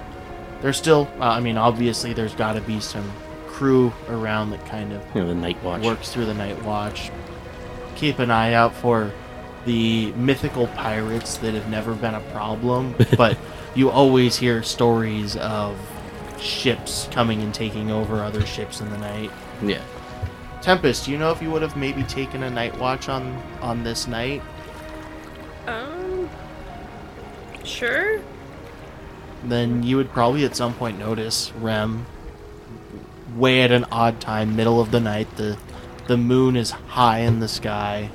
[SPEAKER 5] there's still, uh, I mean, obviously, there's got to be some crew around that kind of
[SPEAKER 3] You know, the night watch.
[SPEAKER 5] works through the night watch. Keep an eye out for the mythical pirates that have never been a problem, but you always hear stories of ships coming and taking over other ships in the night.
[SPEAKER 3] Yeah.
[SPEAKER 5] Tempest, do you know if you would have maybe taken a night watch on on this night?
[SPEAKER 4] Um. Sure.
[SPEAKER 5] then you would probably at some point notice Rem way at an odd time, middle of the night. The the moon is high in the sky.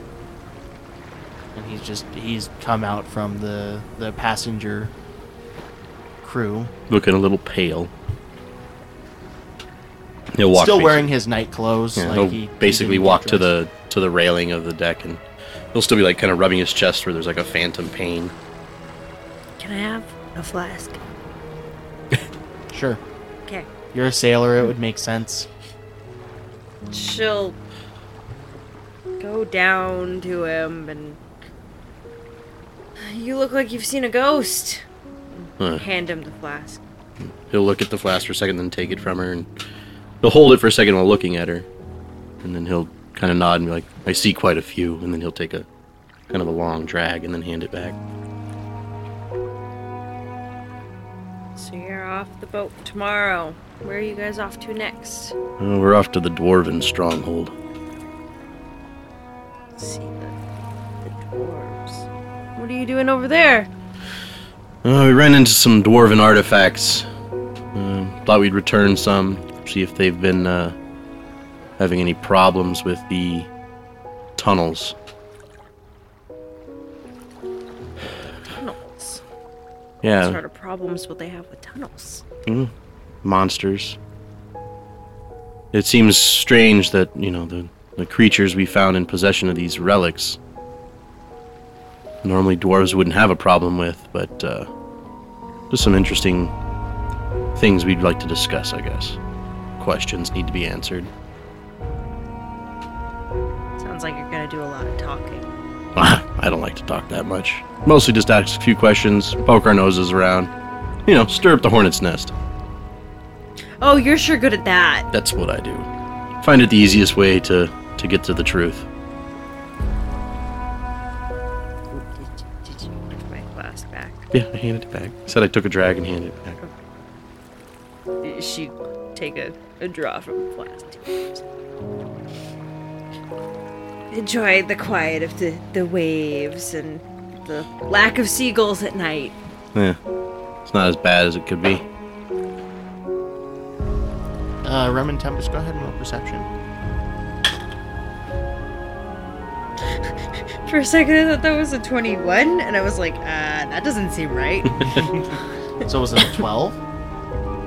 [SPEAKER 5] And he's just he's come out from the the passenger crew.
[SPEAKER 3] Looking a little pale. He'll walk
[SPEAKER 5] Still
[SPEAKER 3] basi-
[SPEAKER 5] wearing his night clothes.
[SPEAKER 3] yeah,
[SPEAKER 5] like
[SPEAKER 3] he'll
[SPEAKER 5] he- he
[SPEAKER 3] basically
[SPEAKER 5] didn't
[SPEAKER 3] walk
[SPEAKER 5] get
[SPEAKER 3] to
[SPEAKER 5] dressed.
[SPEAKER 3] the to the railing of the deck and he'll still be like kind of rubbing his chest where there's like a phantom pain.
[SPEAKER 4] Can I have a flask?
[SPEAKER 5] Sure.
[SPEAKER 4] Okay.
[SPEAKER 5] You're a sailor, it would make sense.
[SPEAKER 4] She'll go down to him and. You look like you've seen a ghost.
[SPEAKER 3] Huh.
[SPEAKER 4] Hand him the flask.
[SPEAKER 3] Uh, He'll look at the flask for a second, then take it from her, and he'll hold it for a second while looking at her, and then he'll kind of nod and be like, "I see quite a few," and then he'll take a kind of a long drag and then hand it back.
[SPEAKER 4] So you're off the boat tomorrow. Where are you guys off to next?
[SPEAKER 3] Oh, we're off to the dwarven stronghold.
[SPEAKER 4] See the, the dwarves. What are you doing over there?
[SPEAKER 3] Uh, we ran into some dwarven artifacts. Uh, thought we'd return some, see if they've been uh, having any problems with the tunnels.
[SPEAKER 4] Tunnels. What
[SPEAKER 3] Yeah,
[SPEAKER 4] sort of problems will they have with tunnels?
[SPEAKER 3] monsters. It seems strange that, you know, the, the creatures we found in possession of these relics. Normally dwarves wouldn't have a problem with, but uh, just some interesting things we'd like to discuss, I guess. Questions need to be answered.
[SPEAKER 4] Sounds like you're gonna do a lot of talking.
[SPEAKER 3] [laughs] I don't like to talk that much. Mostly just ask a few questions, poke our noses around, you know, stir up the hornet's nest.
[SPEAKER 4] Oh, you're sure good at that.
[SPEAKER 3] That's what I do. Find it the easiest way to, to get to the truth.
[SPEAKER 4] Did, did you give my flask back?
[SPEAKER 3] Yeah, I handed it back. Said I took a drag and handed it back.
[SPEAKER 4] She take a, a draw from the flask. Enjoy the quiet of the, the waves and the lack of seagulls at night.
[SPEAKER 3] Yeah. It's not as bad as it could
[SPEAKER 4] [laughs]
[SPEAKER 3] be.
[SPEAKER 5] Uh, Rem and Tempest, go ahead and roll perception.
[SPEAKER 4] For a second, I thought that was a 21, and I was like, uh, that doesn't seem right.
[SPEAKER 5] So was it a twelve?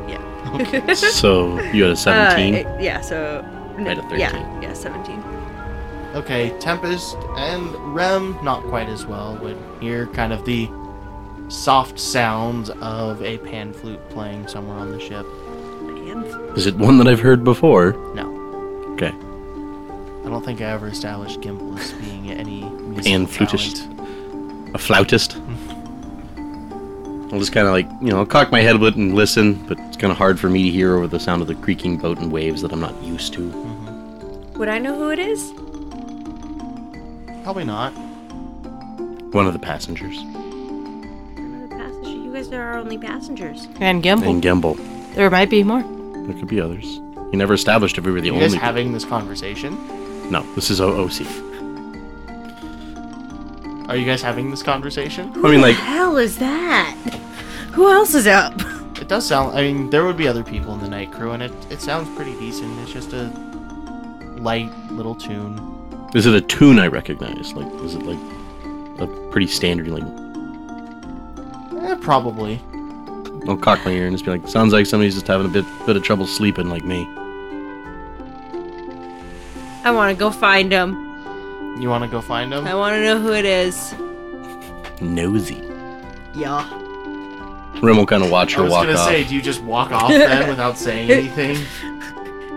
[SPEAKER 4] yeah.
[SPEAKER 3] so you had a
[SPEAKER 4] Uh,
[SPEAKER 3] 17.
[SPEAKER 4] it- yeah, so.
[SPEAKER 3] Right, a
[SPEAKER 4] Yeah,
[SPEAKER 3] 13.
[SPEAKER 4] yeah, 17.
[SPEAKER 5] Okay, Tempest and Rem, not quite as well, would hear kind of the soft sounds of a pan flute playing somewhere on the ship.
[SPEAKER 4] Man,
[SPEAKER 3] Is it one that I've heard before?
[SPEAKER 5] No,
[SPEAKER 3] Okay.
[SPEAKER 5] I don't think I ever established Gimbal as being any musical
[SPEAKER 3] Pan flutist.
[SPEAKER 5] talent.
[SPEAKER 3] A flautist? I'll just kind of like, you know, cock my head a bit and listen, but it's kind of hard for me to hear over the sound of the creaking boat and waves that I'm not used to.
[SPEAKER 4] Would I know who it is?
[SPEAKER 5] Probably not.
[SPEAKER 3] One of the passengers.
[SPEAKER 4] Another passenger. You guys are our only passengers.
[SPEAKER 2] And Gimble.
[SPEAKER 3] And Gemble.
[SPEAKER 2] There might be more.
[SPEAKER 3] There could be others. He never established if we were the
[SPEAKER 5] you
[SPEAKER 3] only.
[SPEAKER 5] guys having this conversation?
[SPEAKER 3] no, this is OOC.
[SPEAKER 5] Are you guys having this conversation?
[SPEAKER 3] I
[SPEAKER 5] [laughs]
[SPEAKER 3] mean, like,
[SPEAKER 4] hell is that? Who else is up?
[SPEAKER 5] It does sound. I mean, there would be other people in the night crew, and it it sounds pretty decent. It's just a light little tune.
[SPEAKER 3] is it a tune I recognize? Like, is it like a pretty standard? Like,
[SPEAKER 5] Eh, probably.
[SPEAKER 3] I'll cock my ear and just be like, sounds like somebody's just having a bit bit of trouble sleeping, like me.
[SPEAKER 4] I want to go find him.
[SPEAKER 5] You want to go find
[SPEAKER 4] I
[SPEAKER 5] them?
[SPEAKER 4] want to know who it is.
[SPEAKER 3] Nosy.
[SPEAKER 4] Yeah.
[SPEAKER 3] Rim will kind of watch
[SPEAKER 5] I
[SPEAKER 3] her
[SPEAKER 5] was
[SPEAKER 3] walk
[SPEAKER 5] gonna
[SPEAKER 3] off.
[SPEAKER 5] say, do you just walk off then
[SPEAKER 3] [laughs]
[SPEAKER 5] without saying anything?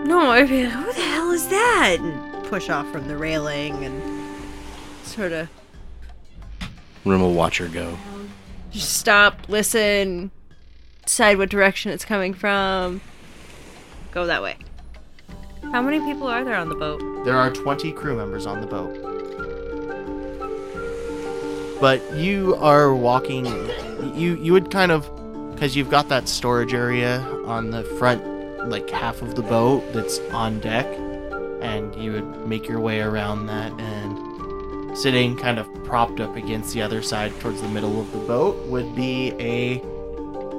[SPEAKER 4] No, I'd be like, who the hell is that? And push off from the railing and sort of
[SPEAKER 3] Rim will watch her go.
[SPEAKER 4] just stop, listen, decide what direction it's coming from. Go that way. How many people are there on the boat?
[SPEAKER 5] There are 20 crew members on the boat. But you are walking you you would kind of cuz you've got that storage area on the front like half of the boat that's on deck and you would make your way around that and sitting kind of propped up against the other side towards the middle of the boat would be a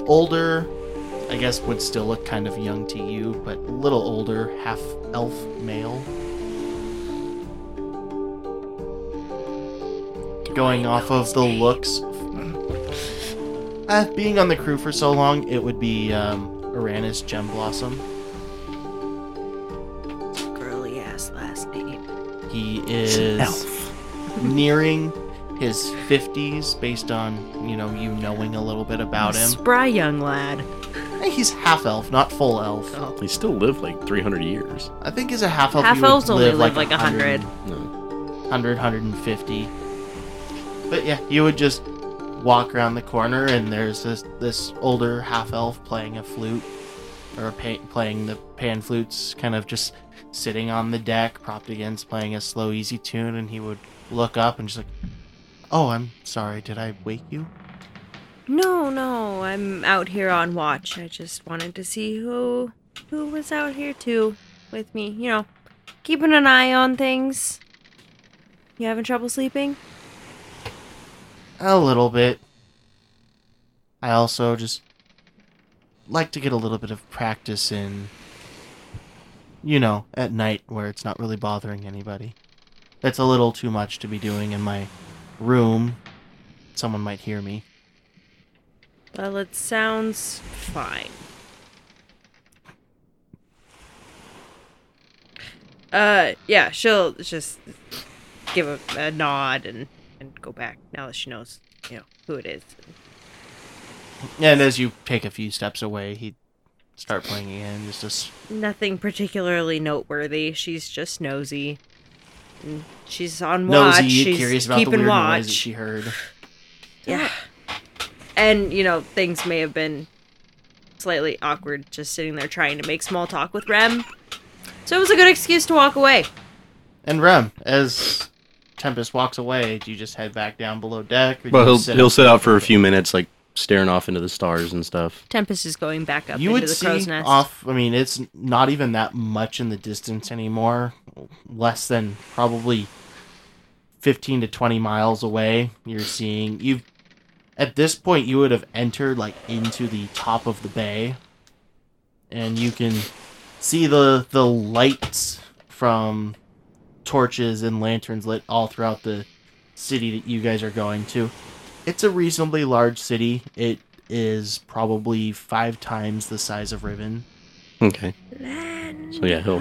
[SPEAKER 5] older I guess would still look kind of young to you, but a little older, half elf male. Going off of the looks, uh, being on the crew for so long, it would be um, Uranus Gemblossom.
[SPEAKER 4] Girly ass last name.
[SPEAKER 5] He is nearing his 50s based on, you know, you knowing a little bit about him.
[SPEAKER 4] Spry young lad.
[SPEAKER 5] He's half elf, not full elf.
[SPEAKER 3] They still live like 300 years.
[SPEAKER 5] I think as a half elf,
[SPEAKER 4] Half
[SPEAKER 5] you would
[SPEAKER 4] elves only
[SPEAKER 5] live
[SPEAKER 4] live
[SPEAKER 5] like
[SPEAKER 4] like
[SPEAKER 5] 100.
[SPEAKER 4] 100.
[SPEAKER 5] 100, 150. But yeah, you would just walk around the corner and there's this this older half elf playing a flute or pa- playing the pan flutes, kind of just sitting on the deck, propped against playing a slow, easy tune. And he would look up and just like, "Oh, I'm sorry. Did I wake you?"
[SPEAKER 4] No, no, I'm out here on watch. I just wanted to see who who was out here too with me. You know, keeping an eye on things. You having trouble sleeping?
[SPEAKER 5] A little bit. I also just like to get a little bit of practice in, you know, at night where it's not really bothering anybody. That's a little too much to be doing in my room. Someone might hear me.
[SPEAKER 4] Well, it sounds fine. Uh, yeah, she'll just give a, a nod and and go back now that she knows, you know, who it is.
[SPEAKER 5] And as you take a few steps away, he'd start playing again. Just a s-
[SPEAKER 4] Nothing particularly noteworthy. She's just nosy. And she's on watch.
[SPEAKER 5] nosy,
[SPEAKER 4] she's
[SPEAKER 5] curious about the
[SPEAKER 4] keeping
[SPEAKER 5] weird
[SPEAKER 4] watch.
[SPEAKER 5] noise that she heard.
[SPEAKER 4] Yeah. And, you know, things may have been slightly awkward just sitting there trying to make small talk with Rem. So it was a good excuse to walk away.
[SPEAKER 5] And Rem, as Tempest walks away, do you just head back down below deck? Or do
[SPEAKER 3] Well,
[SPEAKER 5] you
[SPEAKER 3] he'll
[SPEAKER 5] sit
[SPEAKER 3] he'll
[SPEAKER 5] up?
[SPEAKER 3] sit out for a few minutes, like staring off into the stars and stuff.
[SPEAKER 4] Tempest is going back up
[SPEAKER 5] you
[SPEAKER 4] into
[SPEAKER 5] would
[SPEAKER 4] the
[SPEAKER 5] see
[SPEAKER 4] crow's nest.
[SPEAKER 5] off i mean it's not even that much in the distance anymore less than probably 15 to 20 miles away you're seeing you've at this point you would have entered like into the top of the bay and you can see the the lights from torches and lanterns lit all throughout the city that you guys are going to it's a reasonably large city it is probably five times the size of ribbon
[SPEAKER 3] Okay. So yeah, he'll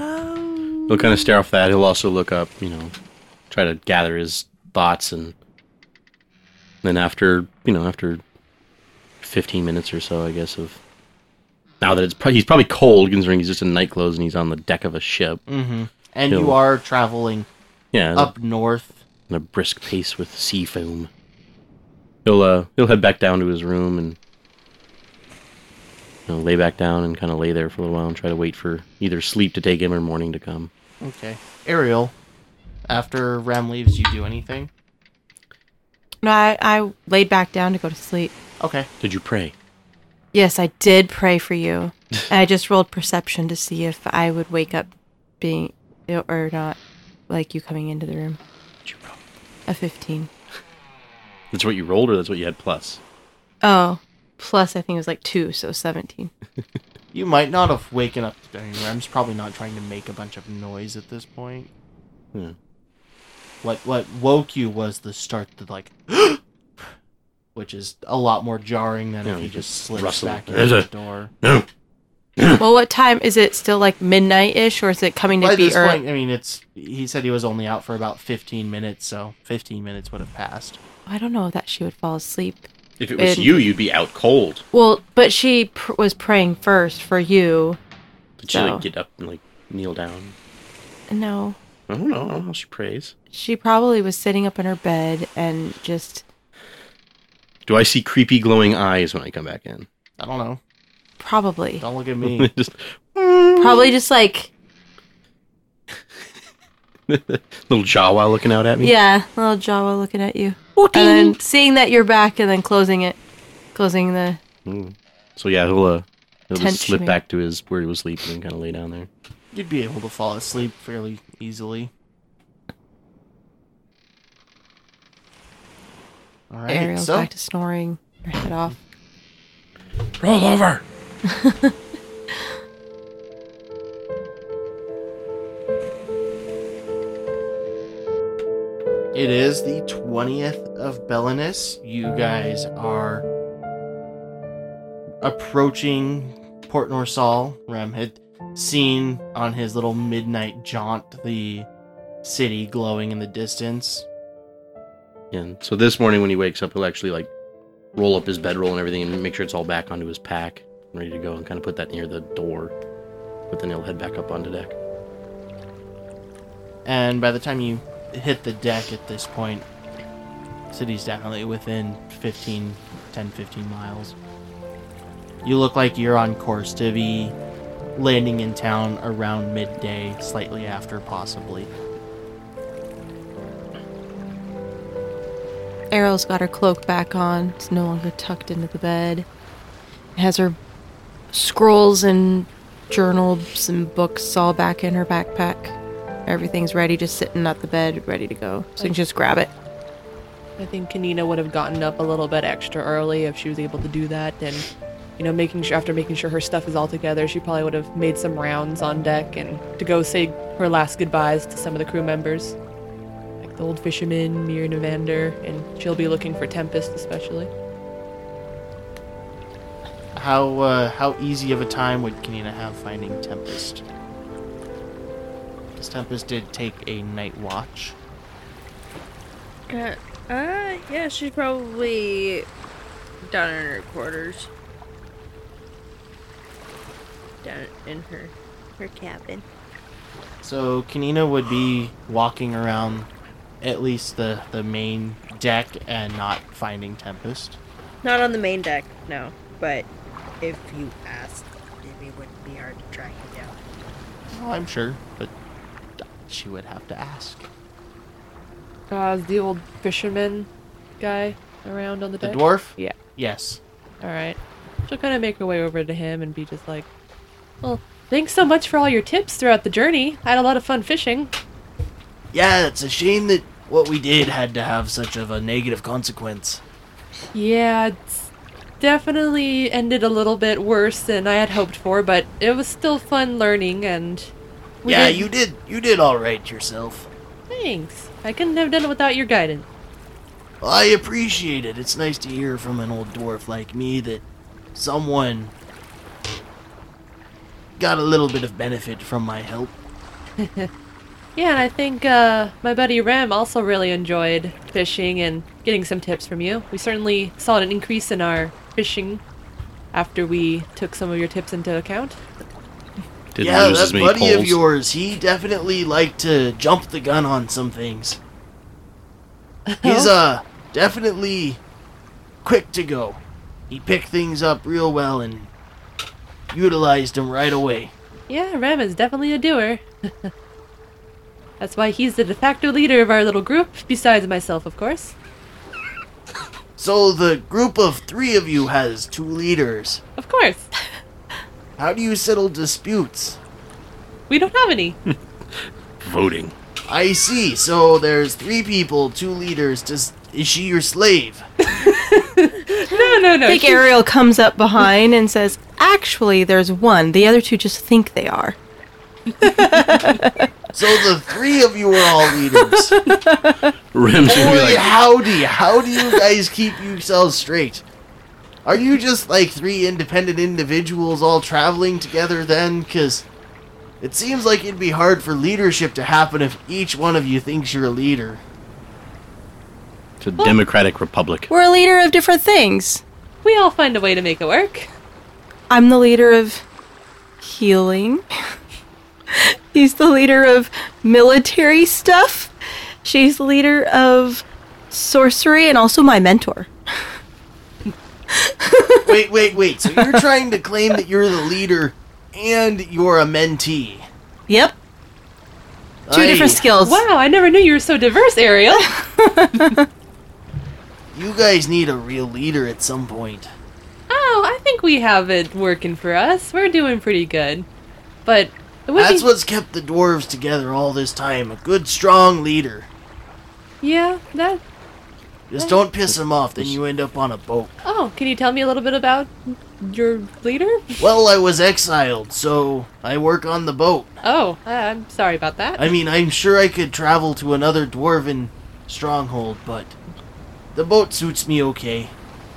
[SPEAKER 3] he'll kind of stare off that. He'll also look up, you know, try to gather his thoughts, and then after you know after fifteen minutes or so, I guess of now that it's pro- he's probably cold considering he's just in night clothes and he's on the deck of a ship.
[SPEAKER 5] Mm-hmm. And
[SPEAKER 3] Hill.
[SPEAKER 5] you are traveling
[SPEAKER 3] Yeah,
[SPEAKER 5] up north.
[SPEAKER 3] in a brisk pace with sea foam. He'll uh he'll head back down to his room and you know, lay back down and kind of lay there for a little while and try to wait for either sleep to take him or morning to come.
[SPEAKER 5] Okay. Ariel, after Ram leaves, you do anything?
[SPEAKER 2] No, I, I laid back down to go to sleep.
[SPEAKER 5] Okay.
[SPEAKER 3] Did you pray?
[SPEAKER 2] Yes, I did pray for
[SPEAKER 3] [laughs]
[SPEAKER 2] you. I just rolled perception to see if I would wake up being or not like you coming into the room.
[SPEAKER 3] Did you roll?
[SPEAKER 2] A 15.
[SPEAKER 3] That's what you rolled, or that's what you had plus.
[SPEAKER 2] Oh, plus I think it was like 2, so 17.
[SPEAKER 5] You might not have waken up. I mean, Ram's probably not trying to make a bunch of noise at this point.
[SPEAKER 3] Yeah.
[SPEAKER 5] What what woke you was the start to like, [gasps] which is a lot more jarring than
[SPEAKER 3] Yeah,
[SPEAKER 5] if
[SPEAKER 3] you
[SPEAKER 5] you just
[SPEAKER 3] just
[SPEAKER 5] slips
[SPEAKER 3] rustle.
[SPEAKER 5] back into
[SPEAKER 3] There's
[SPEAKER 5] the
[SPEAKER 3] a-
[SPEAKER 5] door.
[SPEAKER 3] No.
[SPEAKER 2] [coughs] well, what time is it still like midnight ish or is it coming to
[SPEAKER 5] By
[SPEAKER 2] be
[SPEAKER 5] this
[SPEAKER 2] early?
[SPEAKER 5] point, I mean, it's he said he was only out for about fifteen minutes, so fifteen minutes would have passed.
[SPEAKER 2] I don't know that she would fall asleep.
[SPEAKER 3] If it
[SPEAKER 2] was And-
[SPEAKER 3] you, you'd be out cold.
[SPEAKER 2] Well, but she pr- was praying first for you.
[SPEAKER 3] Did she like
[SPEAKER 2] So-
[SPEAKER 3] get up and like kneel down?
[SPEAKER 2] No,
[SPEAKER 3] I don't know. I don't know how she prays.
[SPEAKER 2] she probably was sitting up in her bed and just
[SPEAKER 3] Do I see creepy glowing eyes when I come back in?
[SPEAKER 5] I don't know.
[SPEAKER 2] probably
[SPEAKER 5] Don't look at me.
[SPEAKER 3] [laughs] Just
[SPEAKER 2] probably just like
[SPEAKER 3] little Jawa looking out at me.
[SPEAKER 2] yeah, little Jawa looking at you. And then seeing that you're back and then closing it. Closing the
[SPEAKER 3] Mm. So yeah, he'll uh, he'll just
[SPEAKER 2] Tension.
[SPEAKER 3] slip back to his where he was sleeping and kind of lay down there.
[SPEAKER 5] You'd be able to fall asleep fairly easily. All right.
[SPEAKER 2] Ariel
[SPEAKER 5] so
[SPEAKER 2] back to snoring, her head off.
[SPEAKER 3] Roll over.
[SPEAKER 5] It is the 20th of Belinus. You guys are approaching Port Norsal. Rem had seen on his little midnight jaunt the city glowing in the distance.
[SPEAKER 3] And so this morning when he wakes up, he'll actually like roll up his bedroll and everything and make sure it's all back onto his pack, and ready to go, and kind of put that near the door. But then he'll head back up onto deck.
[SPEAKER 5] And by the time you hit the deck at this point, city's definitely within 15, 10, 15 miles. You look like you're on course to be landing in town around midday, slightly after, possibly.
[SPEAKER 2] Ariel's got her cloak back on. It's no longer tucked into the bed. Has her scrolls and journals and books all back in her backpack. Everything's ready, just sitting at the bed, ready to go. So you can just grab it.
[SPEAKER 1] I think Kanina would have gotten up a little bit extra early if she was able to do that, and you know, making sure after making sure her stuff is all together, she probably would have made some rounds on deck and to go say her last goodbyes to some of the crew members, like the old fisherman, Mir and Evander, and she'll be looking for Tempest especially.
[SPEAKER 5] How uh, how easy of a time would Kanina have finding Tempest? Because Tempest did take a night watch.
[SPEAKER 4] Uh, uh, yeah, she's probably down in her quarters. Down in her her cabin.
[SPEAKER 5] So Kanina would be walking around at least the, the main deck and not finding Tempest.
[SPEAKER 4] Not on the main deck, no. But if you asked, maybe it wouldn't be hard to track him down.
[SPEAKER 5] Well, I'm sure, but she would have to ask.
[SPEAKER 1] Uh, is the old fisherman guy around on the
[SPEAKER 5] The
[SPEAKER 1] deck?
[SPEAKER 5] dwarf?
[SPEAKER 1] Yeah.
[SPEAKER 5] Yes.
[SPEAKER 1] All right. She'll kind of make her way over to him and be just like, "Well, thanks so much for all your tips throughout the journey. I had a lot of fun fishing."
[SPEAKER 5] Yeah, it's a shame that what we did had to have such of a negative consequence.
[SPEAKER 1] Yeah, it's definitely ended a little bit worse than I had hoped for, but it was still fun learning and we did-
[SPEAKER 5] did you did all right yourself.
[SPEAKER 1] Thanks. I couldn't have done it without your guidance.
[SPEAKER 5] I appreciate it. It's nice to hear from an old dwarf like me that someone got a little bit of benefit from my help.
[SPEAKER 1] Yeah, and I think uh, my buddy Rem also really enjoyed fishing and getting some tips from you. We certainly saw an increase in our fishing after we took some of your tips into account.
[SPEAKER 3] Didn't
[SPEAKER 5] yeah,
[SPEAKER 3] lose
[SPEAKER 5] that
[SPEAKER 3] as many
[SPEAKER 5] buddy of
[SPEAKER 3] poles.
[SPEAKER 5] yours, he definitely liked to jump the gun on some things. He's uh definitely quick to go. He picked things up real well and utilized him right away.
[SPEAKER 1] Yeah, Rem is definitely a doer. [laughs] That's why he's the de facto leader of our little group, besides myself, of course.
[SPEAKER 5] So the group of three of you has two leaders.
[SPEAKER 1] Of course.
[SPEAKER 5] How do you settle disputes?
[SPEAKER 1] We don't have
[SPEAKER 5] [laughs]
[SPEAKER 1] any.
[SPEAKER 3] [laughs] Voting.
[SPEAKER 5] I see. So there's three people, two leaders. Does is she your slave?
[SPEAKER 1] No, no, no.
[SPEAKER 2] I think
[SPEAKER 1] she's-
[SPEAKER 2] Ariel comes up behind and says, "Actually, there's one. The other two just think they are."
[SPEAKER 5] So the three of you are all leaders. Boy,
[SPEAKER 3] Rim's gonna be like,
[SPEAKER 5] howdy! How do you guys keep yourselves straight? Are you just like three independent individuals all traveling together then? Cause it seems like it'd be hard for leadership to happen if each one of you thinks you're a leader.
[SPEAKER 3] it's a democratic republic.
[SPEAKER 2] We're a leader of different things.
[SPEAKER 1] we all find a way to make it work.
[SPEAKER 2] I'm the leader of healing. [laughs] He's the leader of military stuff. She's the leader of sorcery and also my mentor.
[SPEAKER 5] Wait, wait, wait. So you're trying to claim that you're the leader and you're a mentee.
[SPEAKER 2] Yep. Two
[SPEAKER 5] Aye.
[SPEAKER 2] different skills.
[SPEAKER 1] Wow, I never knew you were so diverse, Ariel.
[SPEAKER 5] You guys need a real leader at some point.
[SPEAKER 1] oh, I think we have it working for us. We're doing pretty good. But it would
[SPEAKER 5] That's
[SPEAKER 1] be-
[SPEAKER 5] what's kept the dwarves together all this time. A good, strong leader.
[SPEAKER 1] Yeah, that.
[SPEAKER 5] Just don't piss them off, then you end up on a boat.
[SPEAKER 1] Oh, can you tell me a little bit about your leader?
[SPEAKER 5] Well, I was exiled, so I work on the boat.
[SPEAKER 1] Oh, I- I'm sorry about that.
[SPEAKER 5] I mean, I'm sure I could travel to another dwarven stronghold, but the boat suits me okay.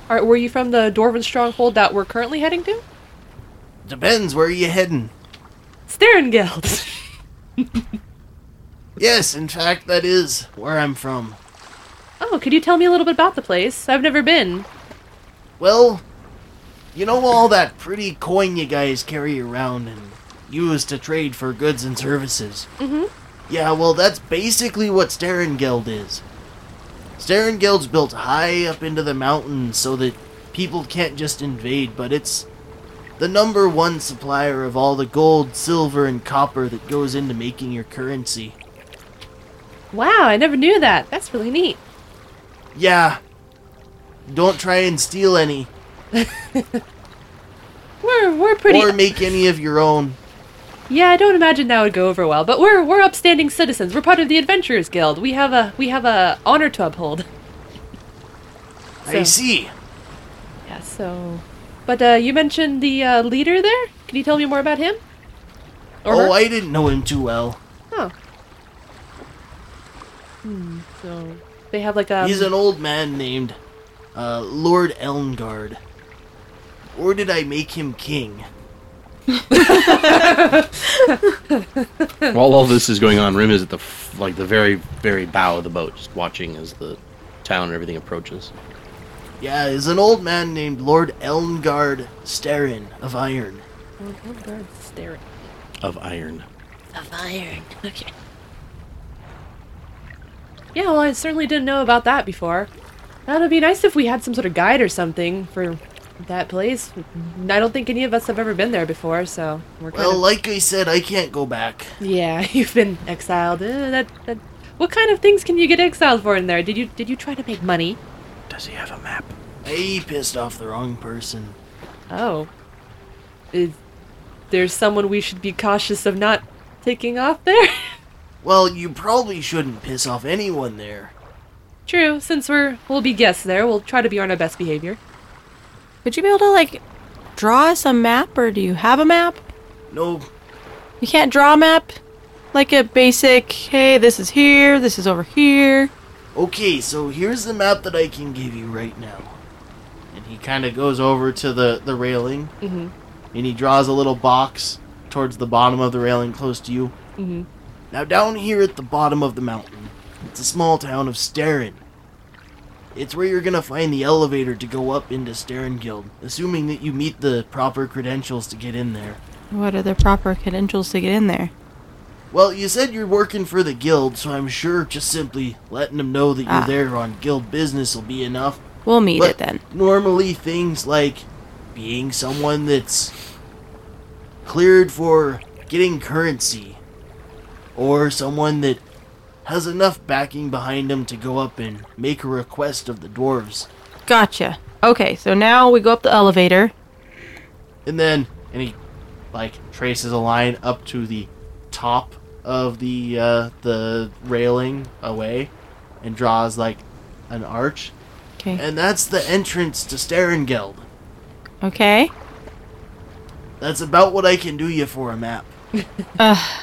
[SPEAKER 1] Are, were you from the Dwarven stronghold that we're currently heading to?
[SPEAKER 5] Depends where you heading.
[SPEAKER 1] Sterengeld. [laughs]
[SPEAKER 5] Yes, in fact, that is where I'm from.
[SPEAKER 1] oh, could you tell me a little bit about the place? I've never been.
[SPEAKER 5] Well, you know all that pretty coin you guys carry around and use to trade for goods and services?
[SPEAKER 1] Mhm.
[SPEAKER 5] Yeah, well, that's basically what Sterengeld is. Sterengild's built high up into the mountains so that people can't just invade, but it's the number one supplier of all the gold, silver, and copper that goes into making your currency.
[SPEAKER 1] Wow, I never knew that. That's really neat.
[SPEAKER 5] Yeah. Don't try and steal any,
[SPEAKER 1] We're we're pretty.
[SPEAKER 5] or make any of your own.
[SPEAKER 1] yeah, I don't imagine that would go over well. But we're we're upstanding citizens. We're part of the Adventurers Guild. We have a we have a honor to uphold.
[SPEAKER 5] I
[SPEAKER 1] So-
[SPEAKER 5] see.
[SPEAKER 1] Yeah. So, but uh, you mentioned the uh, leader there. Can you tell me more about him? Or
[SPEAKER 5] oh,
[SPEAKER 1] her?
[SPEAKER 5] I didn't know him too well.
[SPEAKER 1] Oh. Hmm. So they have like um, a.
[SPEAKER 5] He's an old man named uh, Lord Elngard. Or did I make him king?
[SPEAKER 3] While all this is going on, Rim is at the f- like the very very bow of the boat, just watching as the town and everything approaches.
[SPEAKER 5] Yeah, he's an old man named Lord Elngard Sterin of Iron.
[SPEAKER 1] oh, staring.
[SPEAKER 3] Of iron.
[SPEAKER 1] Yeah, well, I certainly didn't know about that before. That'd be nice if we had some sort of guide or something for that place. I don't think any of us have ever been there before, so we're kind
[SPEAKER 5] Well, uh-
[SPEAKER 1] of
[SPEAKER 5] like I said, I can't go back.
[SPEAKER 1] yeah. [laughs] You've been exiled. Uh, that, that, what kind of things can you get exiled for in there? Did you did you try to make money?
[SPEAKER 3] Does he have a map?
[SPEAKER 5] I pissed off the wrong person.
[SPEAKER 1] Oh, is there someone we should be cautious of not taking off there? [laughs]
[SPEAKER 5] Well, you probably shouldn't piss off anyone there.
[SPEAKER 1] True. Since we're we'll be guests there, we'll try to be on our best behavior.
[SPEAKER 2] Would you be able to like draw us a map or do you have a map?
[SPEAKER 5] No,
[SPEAKER 2] You can't draw a map? Like a basic, hey, this is here, this is over here.
[SPEAKER 5] Okay, so here's the map that I can give you right now. And he kind of goes over to the, the railing.
[SPEAKER 1] Mhm.
[SPEAKER 5] And he draws a little box towards the bottom of the railing close to you.
[SPEAKER 1] Mhm.
[SPEAKER 5] Now, down here at the bottom of the mountain, it's a small town of Sterin. It's where you're going to find the elevator to go up into Sterin Guild, assuming that you meet the proper credentials to get in there.
[SPEAKER 2] What are the proper credentials to get in there?
[SPEAKER 5] Well, you said you're working for the guild, so I'm sure just simply letting them know that you're
[SPEAKER 2] Ah.
[SPEAKER 5] there on guild business will be enough.
[SPEAKER 2] We'll meet
[SPEAKER 5] But
[SPEAKER 2] it then.
[SPEAKER 5] Normally, things like being someone that's cleared for getting currency or someone that has enough backing behind him to go up and make a request of the dwarves.
[SPEAKER 2] Gotcha. Okay, so now we go up the elevator.
[SPEAKER 5] And then, and he like traces a line up to the top of the uh, the railing away, and draws like an arch,
[SPEAKER 2] Okay.
[SPEAKER 5] and that's the entrance to Starengeld.
[SPEAKER 2] Okay.
[SPEAKER 5] That's about what I can do you for a map.
[SPEAKER 2] [laughs] Ugh.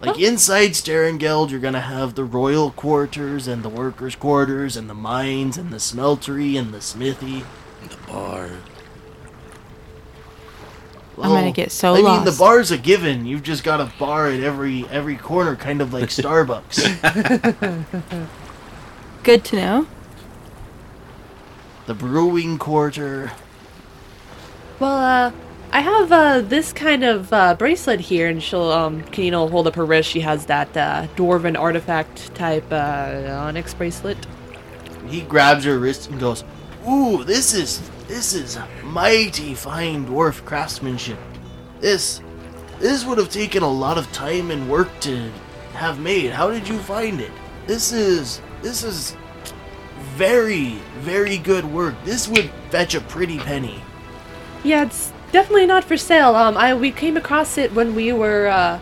[SPEAKER 5] Like inside Starengeld, you're gonna have the royal quarters and the workers' quarters and the mines and the smeltery and the smithy.
[SPEAKER 3] The bar.
[SPEAKER 2] I'm gonna get so
[SPEAKER 5] I mean,
[SPEAKER 2] lost.
[SPEAKER 5] the bar's a given. You've just got a bar at every every corner, kind of like Starbucks.
[SPEAKER 2] Good to know.
[SPEAKER 5] the brewing quarter.
[SPEAKER 1] Well, uh, I have uh, this kind of uh, bracelet here, and she'll, um, can you know, hold up her wrist. She has that uh, dwarven artifact type uh, onyx bracelet.
[SPEAKER 5] He grabs her wrist and goes, "Ooh, this is this is mighty fine dwarf craftsmanship. This this would have taken a lot of time and work to have made. How did you find it? This is this is very very good work. This would fetch a pretty penny."
[SPEAKER 1] Yeah, it's definitely not for sale. Um, I we came across it when we were uh,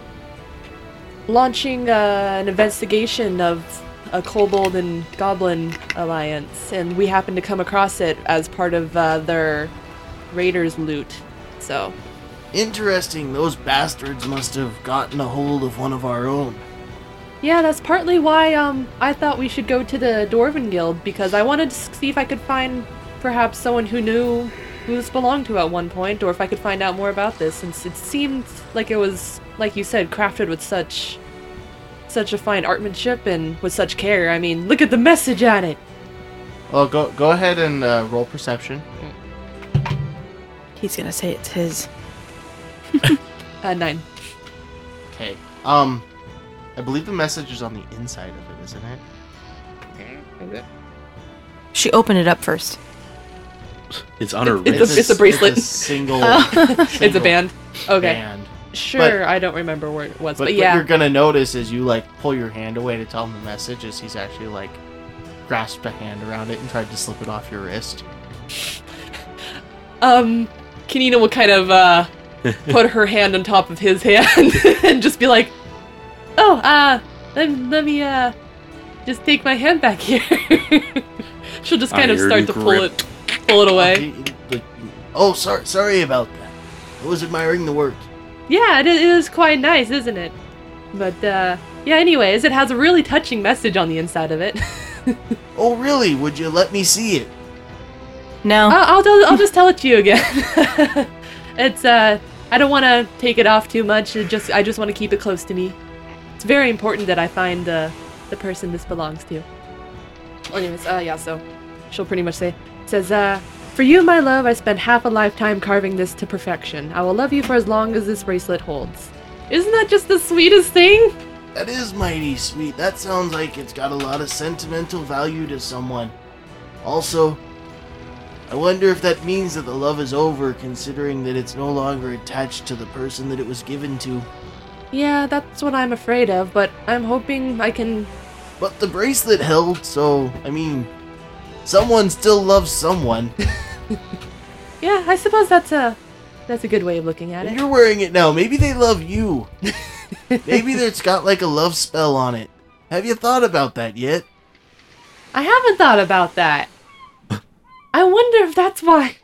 [SPEAKER 1] launching uh, an investigation of a kobold and goblin alliance, and we happened to come across it as part of uh, their raiders' loot. So,
[SPEAKER 5] Interesting. Those bastards must have gotten a hold of one of our own.
[SPEAKER 1] yeah, that's partly why um, I thought we should go to the Dwarven Guild because I wanted to see if I could find perhaps someone who knew who this belonged to at one point, or if I could find out more about this, since it seemed like it was, like you said, crafted with such such a fine artmanship and with such care. I mean, look at the message on it.
[SPEAKER 5] Well, go go ahead and uh, roll perception.
[SPEAKER 2] He's gonna say it's his.
[SPEAKER 1] Uh, nine.
[SPEAKER 5] Okay. Um, I believe the message is on the inside of it, isn't it?
[SPEAKER 2] She opened it up first.
[SPEAKER 3] It's on [laughs] her
[SPEAKER 1] It's a-
[SPEAKER 3] wrist.
[SPEAKER 1] it's a bracelet. Oh,
[SPEAKER 5] It's a
[SPEAKER 1] [laughs]
[SPEAKER 5] single.
[SPEAKER 1] It's a
[SPEAKER 5] [laughs] single
[SPEAKER 1] band. Okay.
[SPEAKER 5] band.
[SPEAKER 1] Sure, I don't remember where it was, but,
[SPEAKER 5] But what
[SPEAKER 1] yeah.
[SPEAKER 5] you're gonna notice is you like pull your hand away to tell him the message is he's actually like grasped a hand around it and tried to slip it off your wrist.
[SPEAKER 1] Um, Kanina will kind of uh, put her hand on top of his hand [laughs] and just be like, "Oh, uh, let, let me uh, just take my hand back here." [laughs] She'll just kind of
[SPEAKER 3] Iron
[SPEAKER 1] start to pull
[SPEAKER 3] grip.
[SPEAKER 1] it, pull it away.
[SPEAKER 5] You- you- like, oh, sorry, sorry about that. I was admiring the work.
[SPEAKER 1] Yeah, it, i- it is quite nice, isn't it? But uh, yeah. Anyways, it has a really touching message on the inside of it. [laughs]
[SPEAKER 5] Oh, really? Would you let me see it?
[SPEAKER 2] No.
[SPEAKER 1] I'll, I'll, tell- I'll just tell it to you again. [laughs] it's uh, I don't want to take it off too much. It just I just want to keep it close to me. It's very important that I find the the person this belongs to. Anyways, uh, yeah. So she'll pretty much say says uh. For you, my love, I spent half a lifetime carving this to perfection. I will love you for as long as this bracelet holds. Isn't that just the sweetest thing?
[SPEAKER 5] That is mighty sweet. That sounds like it's got a lot of sentimental value to someone. Also, I wonder if that means that the love is over, considering that it's no longer attached to the person that it was given to.
[SPEAKER 1] Yeah, that's what I'm afraid of, but I'm hoping I can
[SPEAKER 5] But the bracelet held, so, I mean, someone still loves someone.
[SPEAKER 1] Yeah, I suppose that's a that's a good way of looking at
[SPEAKER 5] And
[SPEAKER 1] it.
[SPEAKER 5] you're wearing it now. Maybe they love you. Maybe it's got like a love spell on it. Have you thought about that yet?
[SPEAKER 1] I haven't thought about that. I wonder if that's why.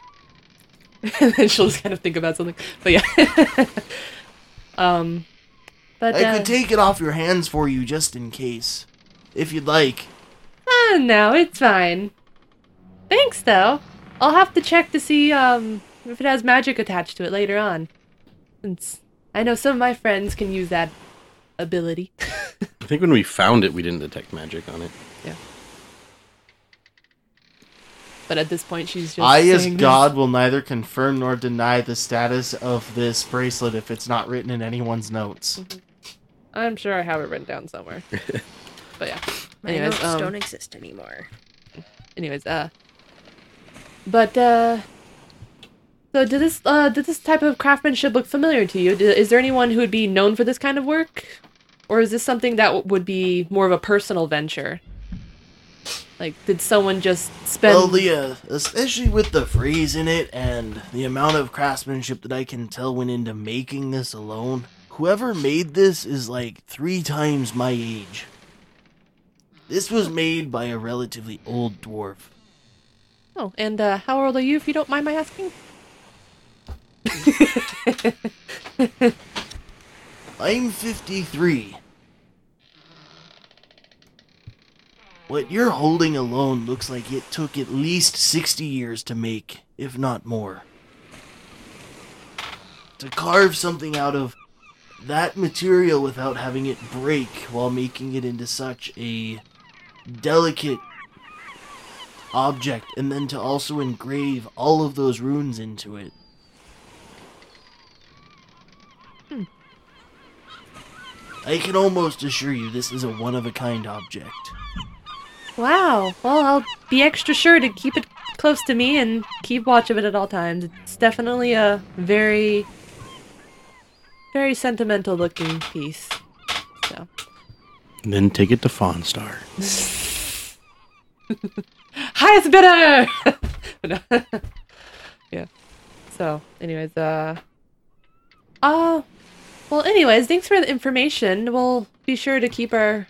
[SPEAKER 1] [laughs] and then she'll just kind of think about something. But yeah. [laughs] um, but
[SPEAKER 5] I
[SPEAKER 1] uh,
[SPEAKER 5] could take it off your hands for you just in case. If you'd like.
[SPEAKER 1] ah, no, it's fine. Thanks though. I'll have to check to see um if it has magic attached to it later on. Since I know some of my friends can use that ability. [laughs]
[SPEAKER 3] I think when we found it, we didn't detect magic on it.
[SPEAKER 1] but at this point, she's just.
[SPEAKER 5] I, as
[SPEAKER 1] saying this.
[SPEAKER 5] God, will neither confirm nor deny the status of this bracelet if it's not written in anyone's notes.
[SPEAKER 1] I'm sure I have it written down
[SPEAKER 5] [laughs]
[SPEAKER 1] somewhere. but yeah.
[SPEAKER 4] My
[SPEAKER 1] Anyways,
[SPEAKER 4] notes
[SPEAKER 1] um,
[SPEAKER 4] don't exist anymore.
[SPEAKER 1] anyways, uh. But uh. So did this uh, did this type of craftsmanship look familiar to you? Did, is there anyone who would be known for this kind of work, or is this something that w- would be more of a personal venture? Like, did someone just spend?
[SPEAKER 5] Well, the uh, especially with the freeze in it and the amount of craftsmanship that I can tell went into making this alone, whoever made this is like three times my age. This was made by a relatively old dwarf.
[SPEAKER 1] oh, and uh, how old are you, if you don't mind my asking?
[SPEAKER 5] I'm 53. What you're holding alone looks like it took at least 60 years to make, if not more. To carve something out of that material without having it break while making it into such a delicate object, and then to also engrave all of those runes into it. I can almost assure you this is a one of a kind object.
[SPEAKER 1] Wow. Well, I'll be extra sure to keep it close to me and keep watch of it at all times. It's definitely a very, very sentimental looking piece. So.
[SPEAKER 3] Then take it to Fawnstar.
[SPEAKER 1] highest bidder. [laughs] No. yeah. So, anyways, uh, uh, well, anyways, thanks for the information. We'll be sure to keep our